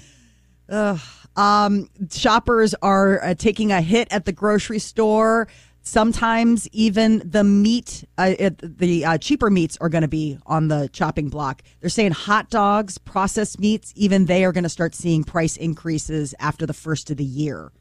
S3: uh,
S5: Um, shoppers are uh, taking a hit at the grocery store. Sometimes even the meat, uh, it, the uh, cheaper meats are going to be on the chopping block. They're saying hot dogs, processed meats, even they are going to start seeing price increases after the first of the year.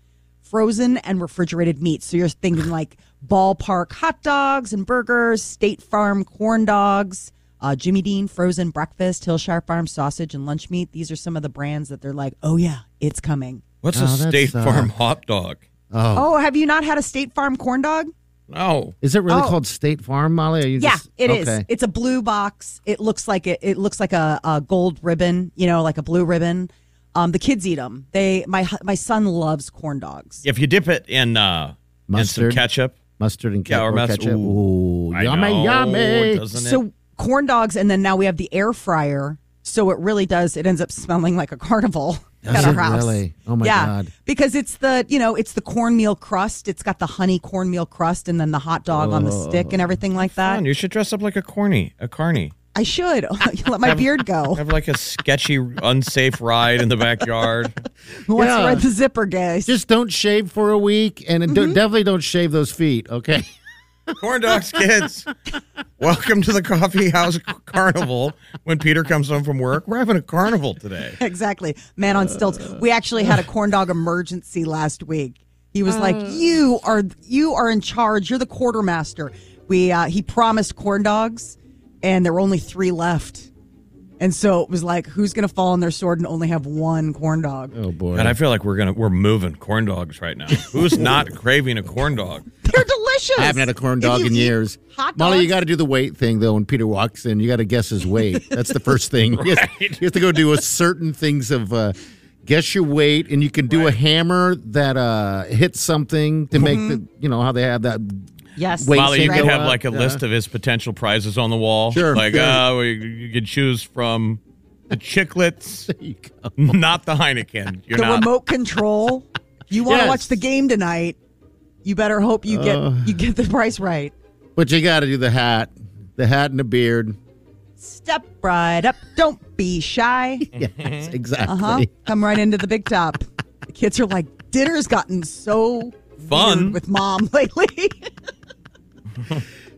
S5: Frozen and refrigerated meats. So you're thinking like ballpark hot dogs and burgers, State Farm corn dogs, uh, Jimmy Dean frozen breakfast, Hillshire Farm sausage and lunch meat. These are some of the brands that they're like, oh yeah, it's coming.
S4: What's
S3: Oh,
S4: a
S3: that's,
S4: State
S3: uh,
S4: Farm hot dog?
S3: oh.
S5: Oh, have you not had a State Farm corn dog?
S4: No.
S3: is it really
S5: Oh.
S3: called State Farm, Molly? Are you
S5: Yeah,
S3: just,
S5: it is.
S3: okay.
S5: It's a blue box. It looks like it. It looks like a, a gold ribbon. You know, like a blue ribbon. Um, the kids eat them. They my hu- my son loves corn dogs.
S4: If you dip it in uh, in some
S3: Mustard.
S4: ketchup,
S3: Mustard and
S4: Yeah,
S3: ca-
S4: or
S3: or
S4: mess-
S3: ketchup.
S4: ooh.
S3: Ooh,
S4: I
S3: yummy,
S4: know,
S3: yummy.
S4: doesn't it?
S5: So uh, corn dogs, and then now we have the air fryer. So it really does. It ends up smelling like a carnival
S3: Does
S5: at our
S3: it
S5: house.
S3: really? Oh, my
S5: yeah,
S3: God.
S5: Because it's the you know it's the cornmeal crust. It's got the honey cornmeal crust, and then the hot dog on the stick
S3: Oh.
S5: and everything like that.
S4: Come on, you should dress up like a corny, a carny.
S5: I should let my beard go.
S4: Have like a sketchy, unsafe ride in the backyard.
S5: What's
S3: Yeah.
S5: with the zipper, guys?
S3: Just don't shave for a week, and it
S5: Mm-hmm.
S3: do- definitely don't shave those feet. Okay.
S4: Corn dogs, kids. Welcome to the coffee house carnival. When Peter comes home from work, we're having a carnival today.
S5: exactly. Man on stilts. We actually had a corn dog emergency last week. He was like, "You are you are in charge. You're the quartermaster." We uh, he promised corn dogs, and there were only three left, and so it was like, "Who's going to fall on their sword and only have one corn dog?"
S3: Oh boy.
S4: And I feel like we're gonna we're moving corn dogs right now. Who's not craving a corn dog?
S5: They're delicious.
S3: I haven't had a corn
S5: If
S3: dog
S5: you
S3: in
S5: eat
S3: years.
S5: Hot
S3: Molly, you
S5: dogs-
S3: got to do the weight thing though. When Peter walks in, you got to guess his weight. That's the first thing. You have- you, have, to go do a certain things of uh, guess your weight, and you can do a hammer that uh, hits something to make the you know how they have that.
S5: yes.
S3: Wait,
S4: Molly, you
S3: Right.
S4: could have
S3: Go up,
S4: like a
S3: yeah.
S4: list of his potential prizes on the wall.
S3: Sure.
S4: Like,
S3: Yeah.
S4: uh, we- you could choose from the chiclets,
S3: There you go.
S4: not the Heineken. You're
S5: the
S4: not.
S5: remote control. You want to
S3: Yes. Uh.
S5: watch the game tonight? You better hope you get you get the price right.
S3: But you got to do the hat, the hat and the beard.
S5: Step right up. Don't be shy.
S3: Yes, exactly.
S5: Uh huh. Come right into the big top. The kids are like, dinner's gotten so
S4: Fun.
S5: weird with mom lately.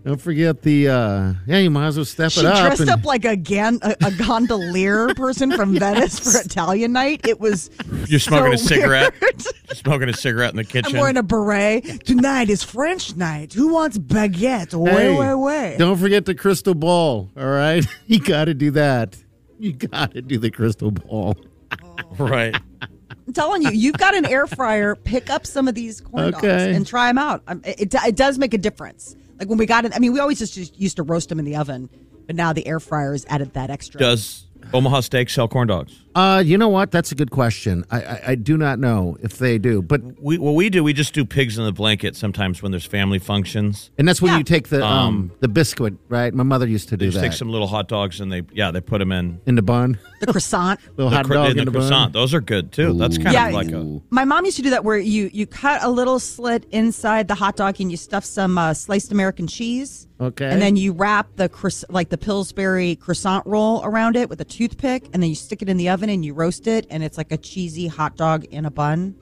S3: Don't forget the uh, yeah. You might as well step
S5: she
S3: it up.
S5: dressed
S3: and-
S5: up like a, gan- a, a gondolier person from Venice for Italian night. It was.
S4: You're smoking a
S5: so
S4: cigarette.
S5: weird.
S4: You're smoking a cigarette in the
S5: I'm
S4: kitchen.
S5: wearing a beret. Tonight is French night. Who wants baguette? Way,
S3: Hey,
S5: way, way.
S3: Don't forget the crystal ball. All right, you got to do that. You got to do the crystal ball.
S4: right.
S5: I'm telling you, you've got an air fryer. Pick up some of these corn dogs
S3: Okay.
S5: and try them out. Um, It, it, it does make a difference. Like when we got it, I mean, we always just, just used to roast them in the oven, but now the air fryer has added that extra.
S4: Does Omaha Steak sell corn dogs?
S3: Uh, you know what? That's a good question. I, I, I do not know if they do, but
S4: We what we do, we just do pigs in the blanket sometimes when there's family functions.
S3: and that's when you take the um,
S4: Um,
S3: the biscuit, right? My mother used to
S4: They
S3: do
S4: just
S3: that
S4: take some little hot dogs and they yeah they put them in
S3: in the bun,
S5: The croissant.
S3: little hot
S4: cro-
S3: dog
S4: in the
S3: bun.
S4: croissant. Those are good too. That's kind
S5: Yeah.
S4: of like a
S5: My mom used to do that where you you cut a little slit inside the hot dog and you stuff some uh, sliced American cheese.
S3: Okay.
S5: And then you wrap the croiss- like the Pillsbury croissant roll around it with a toothpick, and then you stick it in the oven and you roast it, and it's like a cheesy hot dog in a bun.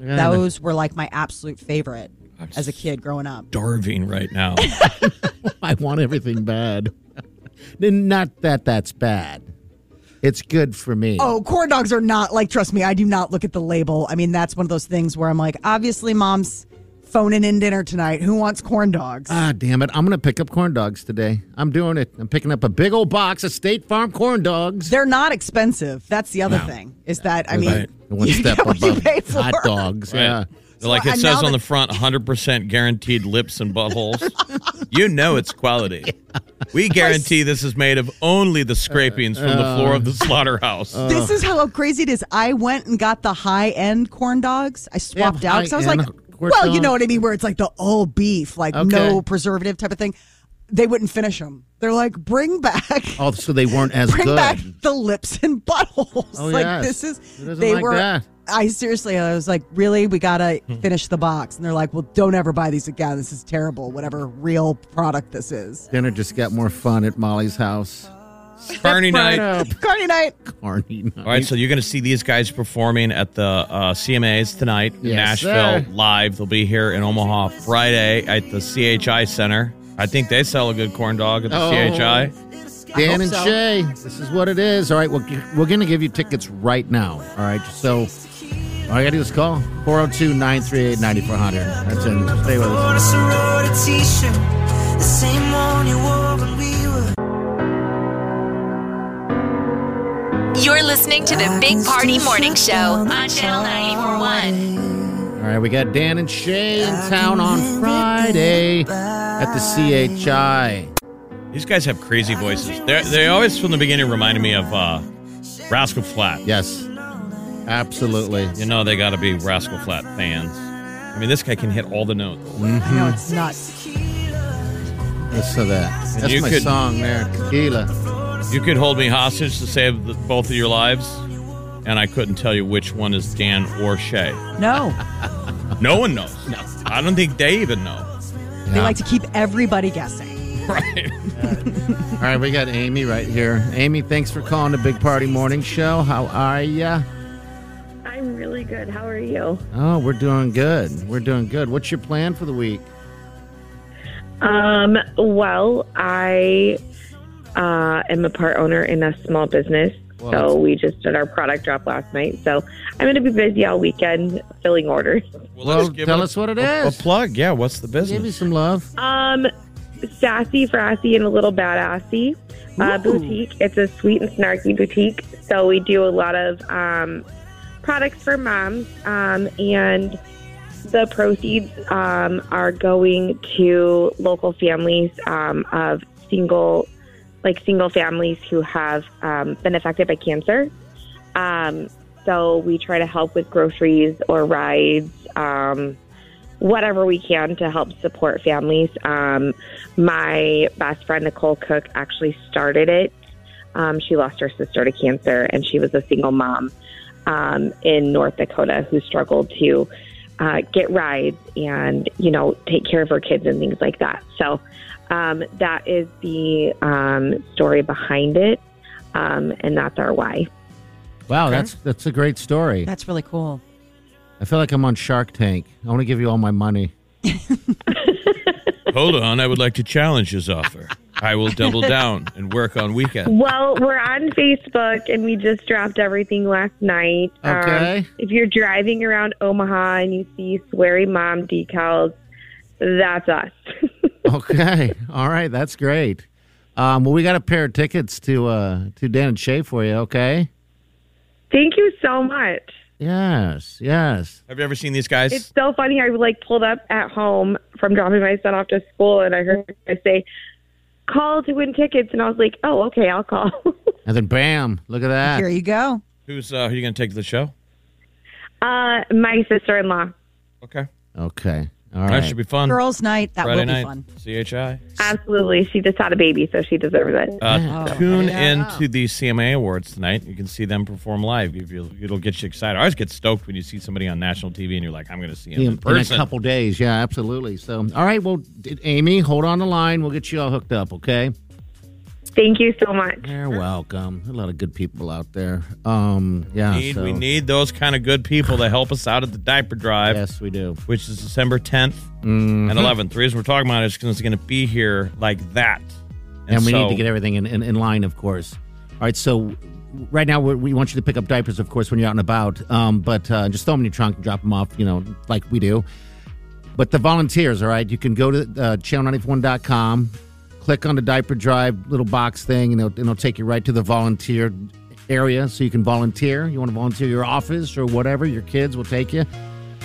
S3: Yeah.
S5: Those were like my absolute favorite as a kid growing up.
S4: starving right now.
S3: I want everything bad. Then not that that's bad. It's good for me.
S5: Oh, corn dogs are not like. Trust me, I do not look at the label. I mean, that's one of those things where I'm like, obviously, mom's phoning in dinner tonight. Who wants corn dogs?
S3: Ah, damn it. I'm going to pick up corn dogs today. I'm doing it. I'm picking up a big old box of State Farm corn dogs.
S5: They're not expensive. That's the other thing. Is that I mean,
S3: Right. One
S5: you
S3: step
S5: get what you
S3: above
S5: pay for.
S3: hot dogs. Yeah.
S4: They're like
S5: So,
S4: it
S5: and
S4: says
S5: now
S4: on
S5: that-
S4: the front, 100% guaranteed lips and buttholes. you know it's quality. We guarantee this is made of only the scrapings from the floor of the slaughterhouse.
S5: Uh, This is how crazy it is. I went and got the high end corn dogs. I swapped out because I was like,
S3: high-end corn
S5: well, you
S3: dogs.
S5: know what I mean, where it's like the all beef, like
S3: Okay.
S5: no preservative type of thing. They wouldn't finish them. They're like, bring back.
S3: Oh, so they weren't as
S5: bring
S3: good.
S5: back the lips and buttholes.
S3: Oh,
S5: like
S3: yes.
S5: this is
S3: Who doesn't
S5: they
S3: like
S5: were.
S3: that?
S5: I seriously, I was like, really, we gotta finish the box, and they're like, well, don't ever buy these again. This is terrible. Whatever real product this is.
S3: Dinner just got more fun at Molly's house.
S4: Carney night.
S5: Carney night.
S3: Carney night.
S4: All right, so you're going to see these guys performing at the uh, CMAs tonight in
S3: Yes,
S4: Nashville
S3: sir.
S4: live. They'll be here in Omaha Friday at the CHI Center. I think they sell a good corn dog at the
S3: Oh.
S4: CHI.
S3: Dan
S5: I
S3: and
S5: hope so.
S3: Shay, this is what it is. All right, we're, we're going to give you tickets right now. All right, so all you got to do is call 402 938 9400. That's it. Stay with us.
S8: On a sorority t-shirt, the same one you wore when we were
S2: You're listening to the Big Party Morning Show on Channel 941.
S3: All right, we got Dan and Shay in town on Friday at the CHI.
S4: These guys have crazy voices. They they always from the beginning reminded me of uh, Rascal Flat.
S3: Yes, absolutely.
S4: You know they got to be Rascal Flat fans. I mean, this guy can hit all the notes.
S5: I know it's nuts.
S3: Listen to that. That's
S4: you
S3: my
S4: could-
S3: song there, Tequila.
S4: You could hold me hostage to save the, both of your lives, and I couldn't tell you which one is Dan or Shay.
S5: No,
S4: No one knows. I don't think they even know.
S5: they like to keep everybody guessing.
S4: Right.
S3: All right, we got Amy right here. Amy, thanks for calling the Big Party Morning Show. How are ya?
S9: I'm really good. How are you?
S3: Oh, we're doing good. We're doing good. What's your plan for the week?
S9: Um, well, I uh, am a part owner in a small business.
S3: Well,
S9: so we just did our product drop last night. So I'm going to be busy all weekend filling orders.
S3: Well,
S4: let's give
S3: tell
S4: it
S3: us what it
S4: a, a
S3: is.
S4: plug. Yeah, what's the
S3: Give me
S4: business?
S3: some love.
S9: Um, sassy, frassy, and a little badassy uh, boutique. It's a sweet and snarky boutique. So we do a lot of um, products for moms, um, and the proceeds um, are going to local families um, of single, like single families who have um, been affected by cancer. Um, so we try to help with groceries or rides. Um, whatever we can to help support families. Um, my best friend Nicole Cook actually started it. Um, she lost her sister to cancer, and she was a single mom um, in North Dakota who struggled to uh, get rides and you know take care of her kids and things like that. So um, that is the um, story behind it, um, and that's our why.
S3: Wow, that's that's a great story.
S5: That's really cool.
S3: I feel like I'm on Shark Tank. I want to give you all my money.
S4: Hold on, I would like to challenge his offer. I will double down and work on weekend.
S9: Well, we're on Facebook and we just dropped everything last night. Um,
S3: Okay.
S9: if you're driving around Omaha and you see sweary mom decals, that's us.
S3: Okay. All right. That's great. Um, well, we got a pair of tickets to uh, to Dan and Shay for you. Okay.
S9: Thank you so much.
S3: Yes, yes.
S4: Have you ever seen these guys?
S9: It's so funny. I like pulled up at home from dropping my son off to school, and I heard I say, "Call to win tickets," and I was like, "Oh, okay, I'll call."
S3: And then bam, look at that.
S5: Here you go.
S4: Who's uh, who you going to take to the show?
S9: Uh, my sister-in-law.
S4: Okay.
S3: Okay. All right.
S4: That should be fun.
S5: Girls' night. That
S4: Friday
S5: will be
S4: night,
S5: fun.
S4: CHI.
S9: Absolutely, she just had a baby, so she deserves it.
S4: Uh,
S5: Oh,
S4: tune
S5: yeah.
S4: in to the CMA Awards tonight. You can see them perform live. If you- It'll get you excited. I always get stoked when you see somebody on national TV and you're like, I'm going to see him
S3: In,
S4: in,
S3: in a
S4: person.
S3: couple days. Yeah, absolutely. So, all right. Well, d- Amy, hold on the line. We'll get you all hooked up, okay?
S9: Thank you so much.
S3: You're welcome. A lot of good people out there. Um, yeah.
S4: Need-
S3: so-
S4: We need those kind of good people to help us out at the diaper drive,
S3: Yes, Mm-hmm. we do.
S4: which is December 10th and 11th. The reason we're talking about it is because it's going to be here like that.
S3: And, we
S4: so-
S3: need to get everything in, in, in line, of course. All right. So, right now, we we want you to pick up diapers, of course, when you're out and about. Um, but uh, just throw them in your trunk and drop them off, you know, like we do. But the volunteers, all right, you can go to uh, channel94.com, click on the diaper drive little box thing, and it'll, and it'll take you right to the volunteer area so you can volunteer. You want to volunteer your office or whatever, your kids will take you.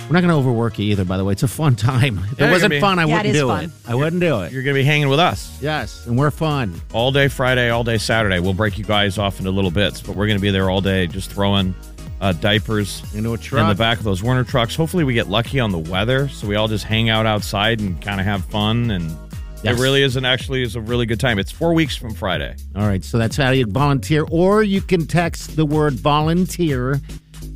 S3: We're not going to overwork you either, by the way. It's a fun time. If
S4: Yeah,
S3: it
S4: you're
S3: wasn't
S4: gonna be-
S3: fun, I
S5: Yeah, it
S3: wouldn't
S5: is
S3: do
S5: fun.
S3: it. I wouldn't do it.
S4: You're going to be hanging with us
S3: Yes, and we're fun.
S4: all day Friday, all day Saturday. We'll break you guys off into little bits, but we're going to be there all day just throwing uh, diapers
S3: Into a
S4: in the
S3: truck.
S4: back of those Werner trucks. Hopefully, we get lucky on the weather, so we all just hang out outside and kind of have fun. And
S3: Yes.
S4: it really is an actually is a really good time. It's four weeks from Friday.
S3: All right, so that's how you volunteer, or you can text the word volunteer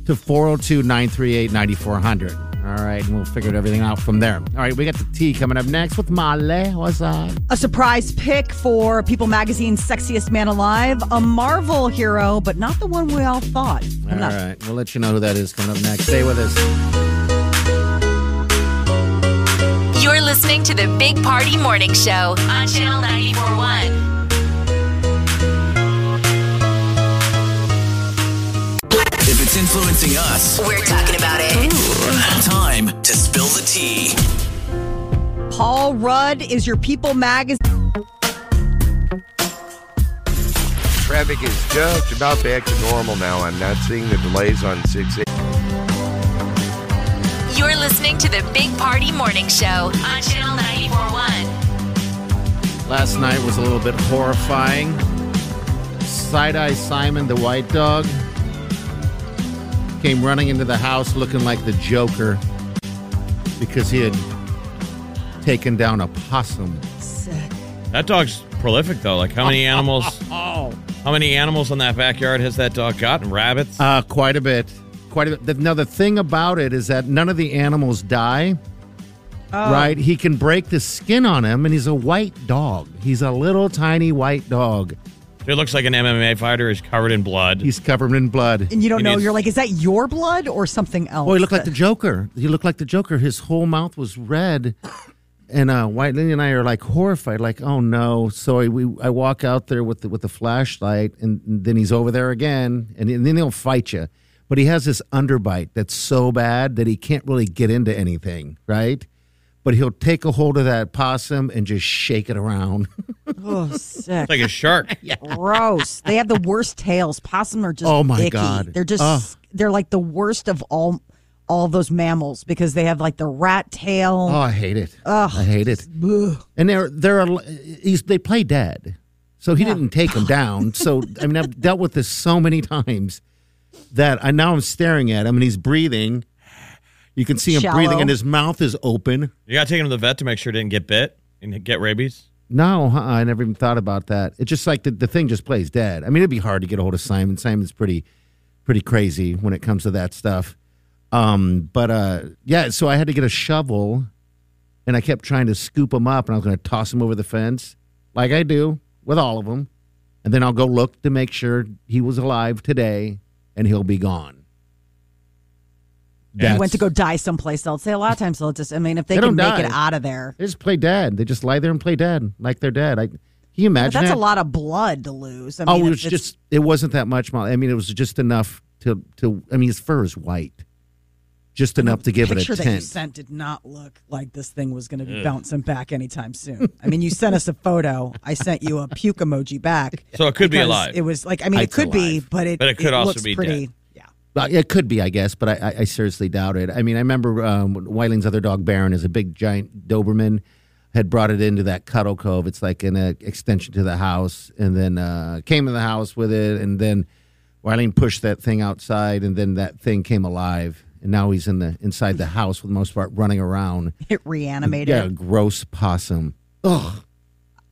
S3: to 402 938 9400. All right, and we'll figure everything out from there. All right, we got the tea coming up next with Male. What's up?
S5: A surprise pick for People Magazine's Sexiest Man Alive, a Marvel hero, but not the one we all thought.
S3: All
S5: Coming up.
S3: right, we'll let you know who that is coming up next. Stay with us.
S2: You're listening to the Big Party Morning Show on Channel 941.
S6: If it's influencing us,
S2: We're talking about it.
S6: time to spill the tea.
S5: Paul Rudd is your People Magazine.
S10: Traffic is just about back to normal now. I'm not seeing the delays on 6
S2: You're listening to the Big Party Morning Show on Channel 941.
S3: Last night was a little bit horrifying. Side Eye Simon, the white dog, came running into the house looking like the Joker because he had taken down a possum.
S4: That dog's prolific though. Like how many animals?
S5: Oh.
S4: How many animals in that backyard has that dog gotten? Rabbits.
S3: Uh, quite a bit. Quite a bit. Now, the thing about it is that none of the animals die, right? He can break the skin on him, and he's a white dog. He's a little tiny white dog.
S4: It looks like an MMA fighter is covered in blood.
S3: He's covered in blood.
S5: And you don't
S4: It
S5: know,
S4: is-
S5: you're like, is that your blood or something else?
S3: Oh, he looked like the Joker. He looked like the Joker. His whole mouth was red. And uh, White Lily and I are like horrified, like, oh no. So I, we, I walk out there with the, with the flashlight, and, then he's over there again, and, then he'll fight you. But he has this underbite that's so bad that he can't really get into anything, right? But he'll take a hold of that possum and just shake it around.
S5: Oh,
S4: It's
S5: sick.
S4: like a shark.
S5: Gross. They have the worst tails. Possum are just
S3: Oh, my
S5: icky.
S3: God.
S5: They're just
S3: Ugh.
S5: they're like the worst of all all those mammals because they have like the rat tail.
S3: oh, I hate it. I hate it.
S5: Ugh.
S3: and they're they're al- he's, they play dead. So he didn't take him down. So I mean, I've dealt with this so many times that I now I'm staring at him and he's breathing. You can see him breathing,
S5: Shallow.
S3: and his mouth is open.
S4: You got to take him to the vet to make sure it didn't get bit and get rabies.
S3: No, uh-uh, I never even thought about that. It's just like the, the thing just plays dead. I mean, it'd be hard to get a hold of Simon. Simon's pretty, pretty crazy when it comes to that stuff. Um, but uh, yeah, so I had to get a shovel, and I kept trying to scoop him up, and I was going to toss him over the fence, like I do with all of them, and then I'll go look to make sure he was alive today, and he'll be gone.
S5: They went to
S3: That's-
S5: go die someplace else. They a lot of times they'll just I mean if they,
S3: They
S5: can
S3: don't
S5: make it
S3: die.
S5: out of there.
S3: They just play dead. They just lie there and play dead, like they're dead. I, can you imagine?
S5: But that's
S3: that?
S5: a lot of blood to lose. I mean,
S3: Oh, it
S5: if
S3: was
S5: it's-
S3: just it wasn't that much. Molly. I mean, it was just enough to to. I mean, his fur is white, just enough to give it
S5: picture
S3: a
S5: that you
S3: tint.
S5: sent did not look like this thing was going to be bouncing back anytime soon. I mean, you sent us a photo. I sent you a puke emoji back.
S4: So it could be
S5: because
S4: alive.
S5: It was like I mean, it
S3: It's
S5: could be,
S3: alive.
S5: but it
S4: But it could also
S5: looks
S4: be
S5: pretty.
S4: dead.
S5: Yeah,
S3: Well, Uh, it could be, I guess, but I, I, I seriously doubt it. I mean, I remember um, Wiling's other dog, Baron, is a big giant Doberman. Had brought it into that Cuddle Cove. It's like an uh, extension to the house, and then uh, came in the house with it, and then Wiling pushed that thing outside, and then that thing came alive, and now he's in the inside the house for the most part, running around.
S5: It reanimated.
S3: Yeah, a gross possum. Ugh.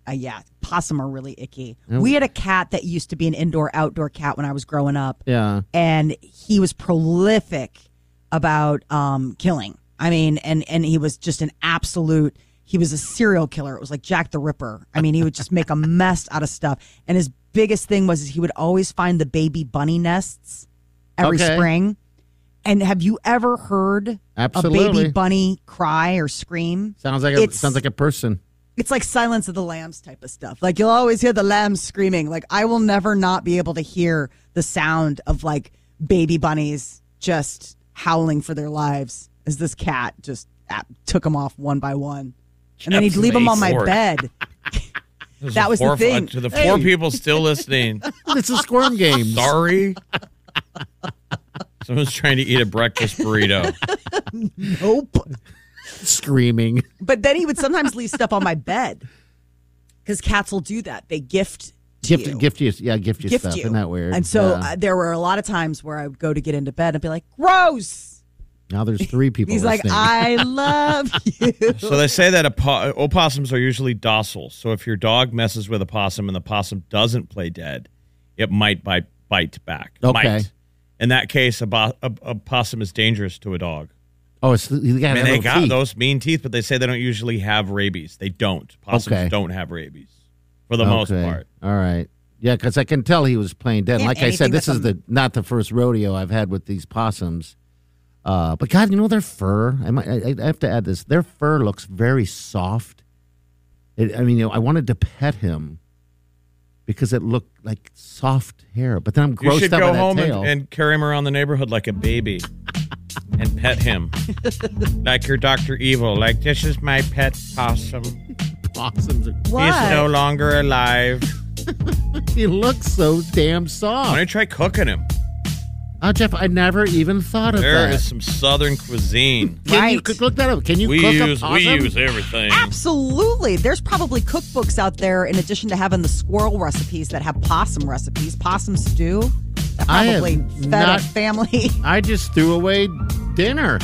S5: uh, yeah, possum are really icky.
S3: Yeah.
S5: We had a cat that used to be an indoor outdoor cat when I was growing up,
S3: Yeah.
S5: and he was prolific about um, killing. I mean, and and he was just an absolute. He was a serial killer. It was like Jack the Ripper. I mean, he would just make a mess out of stuff. And his biggest thing was is he would always find the baby bunny nests every
S3: Okay.
S5: spring. And have you ever heard a
S3: Absolutely.
S5: baby bunny cry or scream?
S3: Sounds like a,
S5: It's-
S3: sounds like a person.
S5: it's like Silence of the Lambs type of stuff. Like you'll always hear the lambs screaming. Like I will never not be able to hear the sound of like baby bunnies just howling for their lives as this cat just ah, took them off one by one. And then he'd leave them on my
S4: Lord.
S5: bed.
S4: This is
S5: That was the
S4: horrif-
S5: thing.
S4: To the four
S5: Hey.
S4: people still listening,
S3: It's a squirm game.
S4: Sorry. someone's trying to eat a breakfast burrito.
S5: Nope.
S3: Screaming.
S5: But then he would sometimes leave stuff on my bed because cats will do that. They gift to
S3: Gift,
S5: you.
S3: gift you, yeah, gift you
S5: gift
S3: stuff.
S5: you.
S3: Isn't that weird?
S5: And so
S3: Yeah.
S5: uh, there were a lot of times where I would go to get into bed and be like, gross.
S3: now there's three people.
S5: He's like,
S3: listening.
S5: I love you.
S4: So they say that oppo- opossums are usually docile. So if your dog messes with a possum and the possum doesn't play dead, it might bite bite back.
S3: Okay.
S4: Might. In that case, a, bo- a, a possum is dangerous to a dog.
S3: oh, it's, you got
S4: I mean,
S3: that
S4: they
S3: little
S4: got
S3: teeth.
S4: those mean teeth, but they say they don't usually have rabies. They don't. Possums
S3: Okay.
S4: don't have rabies for the most
S3: Okay.
S4: part.
S3: All right. Yeah, because I can tell he was playing dead.
S5: Yeah,
S3: like I
S5: anything
S3: said, this
S5: with
S3: is the not the first rodeo I've had with these possums. Uh, but God, you know their fur. I might. I, I have to add this. Their fur looks very soft. It, I mean, you know, I wanted to pet him because it looked like soft hair. But then I'm
S4: You
S3: grossed
S4: should
S3: out by
S4: go
S3: that
S4: home and,
S3: tail.
S4: and carry him around the neighborhood like a baby and pet him. like your Dr. Evil. Like, this is my pet possum.
S3: possums. Are,
S4: He's no longer alive.
S3: he looks so damn
S4: Why
S3: soft.
S4: don't you try cooking him?
S3: Oh, Jeff, I never even thought of
S4: There
S3: that.
S4: is some southern cuisine.
S3: Can you cook, look that up? Can you
S4: we
S3: cook
S4: use
S3: a possum?
S4: we use everything.
S5: Absolutely. There's probably cookbooks out there in addition to having the squirrel recipes that have possum recipes, possum stew. That
S3: I have
S5: probably fed
S3: not-
S5: a family.
S3: I just threw away dinner.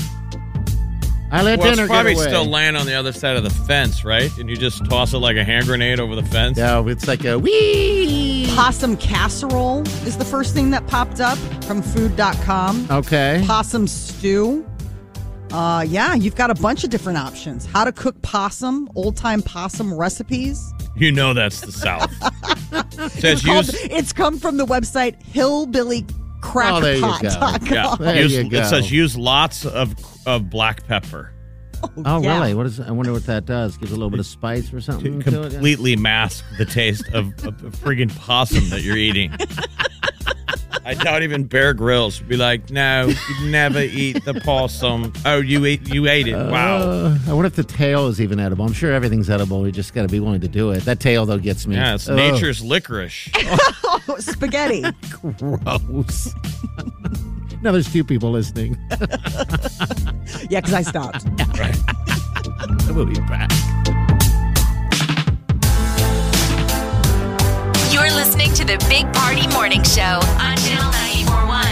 S3: I let
S4: Well,
S3: dinner
S4: it's probably
S3: get away.
S4: still laying on the other side of the fence, right? And you just toss it like a hand grenade over the fence.
S3: no, it's like a wee.
S5: Possum casserole is the first thing that popped up from food.com.
S3: Okay.
S5: Possum stew. Uh, yeah, you've got a bunch of different options. How to cook possum, old time possum recipes.
S4: You know that's the South. Says
S5: Called-
S4: use,
S5: it's come from the website
S3: Oh, there you go.
S5: hillbillycrackpot.com.
S4: yeah,
S3: There
S4: use-
S3: you go.
S4: it says use lots of of black pepper.
S3: Oh,
S5: Yeah.
S3: really? What is? I wonder what that does. Gives a little bit of spice or something. to it?
S4: Completely mask the taste of a friggin' possum that you're eating. I doubt even Bear Grylls would be like, "No, you never eat the possum." Oh, you ate you ate it. Wow.
S3: Uh, I wonder if the tail is even edible. I'm sure everything's edible. We just got to be willing to do it. That tail though gets me.
S4: Yeah, it's
S3: Ugh,
S4: nature's licorice.
S5: Spaghetti.
S3: Oh, gross. now there's two people listening.
S5: Yeah, because I stopped.
S3: we'll be back.
S2: You're listening to the Big Party Morning Show on Channel 941.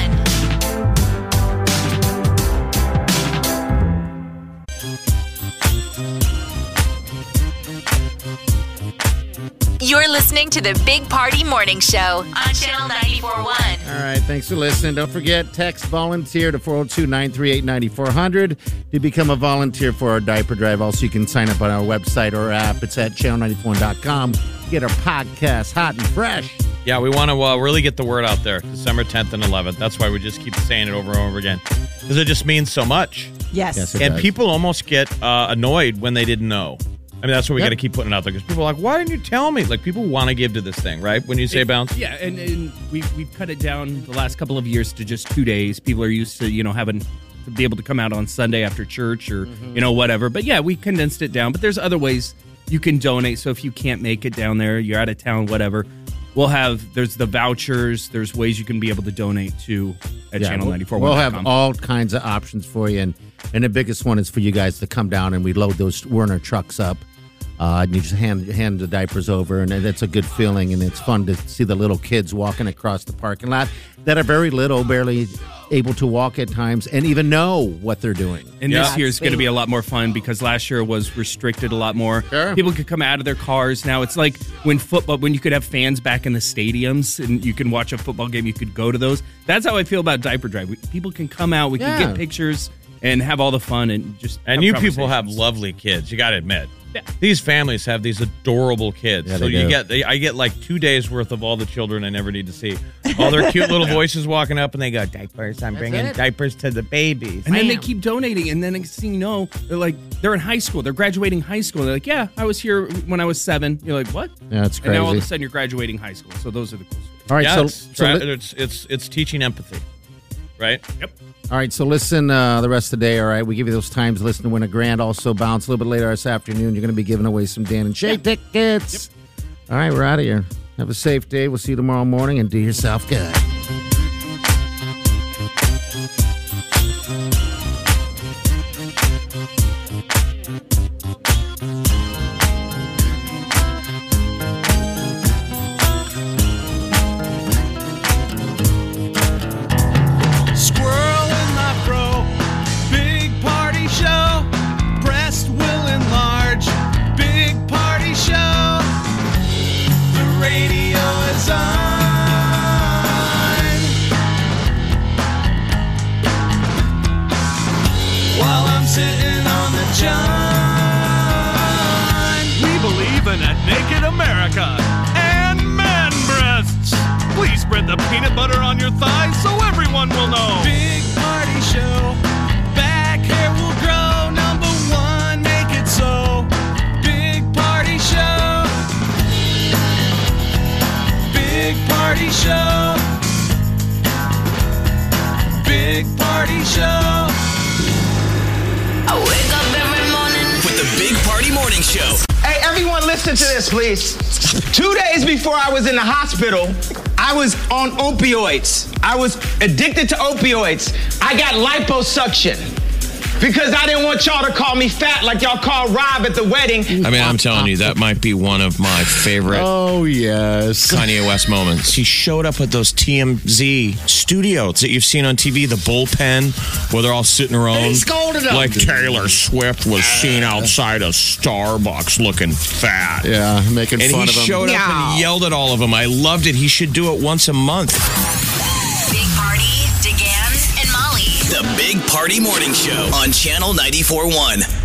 S2: You're listening to the Big Party Morning Show on Channel 941.
S3: All right, thanks for listening. Don't forget, text volunteer to 402 938 9400 to become a volunteer for our diaper drive. Also, you can sign up on our website or app. It's at channel94.com. Get our podcast hot and fresh.
S4: Yeah, we want to uh, really get the word out there. December 10th and 11th. That's why we just keep saying it over and over again because it just means so much.
S5: Yes.
S3: Yes, it
S4: And
S3: does.
S4: people almost get uh, annoyed when they didn't know. I mean, that's what we
S3: Yep.
S4: got to keep putting it out there because people are like, why didn't you tell me? Like, people want to give to this thing, right? When you say bounce.
S11: Yeah, and, and we've, we've cut it down the last couple of years to just two days. People are used to, you know, having to be able to come out on Sunday after church or,
S3: Mm-hmm.
S11: you know, whatever. But yeah, we condensed it down. But there's other ways you can donate. So if you can't make it down there, you're out of town, whatever, we'll have there's the vouchers. There's ways you can be able to donate to at
S3: Yeah,
S11: channel
S3: we'll-
S11: ninety four.
S3: We'll have all kinds of options for you, and and the biggest one is for you guys to come down and we load those Werner trucks up. Uh, and you just hand hand the diapers over, and that's a good feeling, and it's fun to see the little kids walking across the parking lot that are very little, barely able to walk at times, and even know what they're doing.
S11: And this year is going to be a lot more fun because last year was restricted a lot more. People could come out of their cars now. It's like when football, when you could have fans back in the stadiums and you can watch a football game, you could go to those. That's how I feel about diaper drive. We, people can come out, we
S4: Yeah.
S11: can get pictures and have all the fun and just.
S4: And you people have lovely kids. You got to admit, these families have these adorable kids.
S11: Yeah,
S4: so
S11: they
S4: you
S11: do.
S4: get, they, I get like two days worth of all the children I never need to see. All their cute little voices walking up, and they go diapers. I'm bringing
S11: it.
S4: diapers to the babies.
S11: And then they keep donating, and then next thing you know, they're like, they're in high school, they're graduating high school. They're like, yeah, I was here when I was seven. You're like, what?
S3: Yeah, it's
S11: And now all of a
S3: crazy.
S11: sudden you're graduating high school. So those are the cool stories.
S3: All right,
S4: yeah,
S3: so-
S4: it's,
S3: so
S4: tra-
S3: let-
S4: it's it's it's teaching empathy, right? Yep.
S3: All right, so listen uh, the rest of the day. All right, we give you those times. Listen to win a grand. Also bounce a little bit later this afternoon. You're going to be giving away some Dan and Shay tickets. All right, we're out of here. Have a safe day. We'll see you tomorrow morning, and do yourself good.
S8: Squirrel in my fro. Big party show. Breast will enlarge. Big party show. The radio is on. While I'm sitting on the john.
S1: We believe in a naked America and man breasts. Please spread the peanut butter on your thighs so everyone will know.
S8: Big party show. Back hair will grow. Number one, make it so. Big party show. Big party show. Big party show.
S2: I wake up every morning.
S6: With the Big Party Morning Show.
S12: Hey, everyone, listen to this, please. Two days before I was in the hospital, I was on opioids. I was addicted to opioids. I got liposuction because I didn't want y'all to call me fat like y'all called Rob at the wedding.
S13: I mean, I'm telling you, that might be one of my favorite.
S3: Oh yes,
S13: Kanye West moments. He showed up at those TMZ studios that you've seen on TV, the bullpen where they're all sitting around.
S8: And he scolded 'em.
S13: Like Taylor Swift was seen outside a Starbucks looking fat.
S3: Yeah, making
S13: and
S3: fun
S13: he
S3: of 'em.
S13: showed up and
S2: Yeah.
S13: he yelled at all of them. I loved it. He should do it once a month.
S2: Big Party, DeGan, and Molly.
S6: The Big Party Morning Show on Channel 94.1.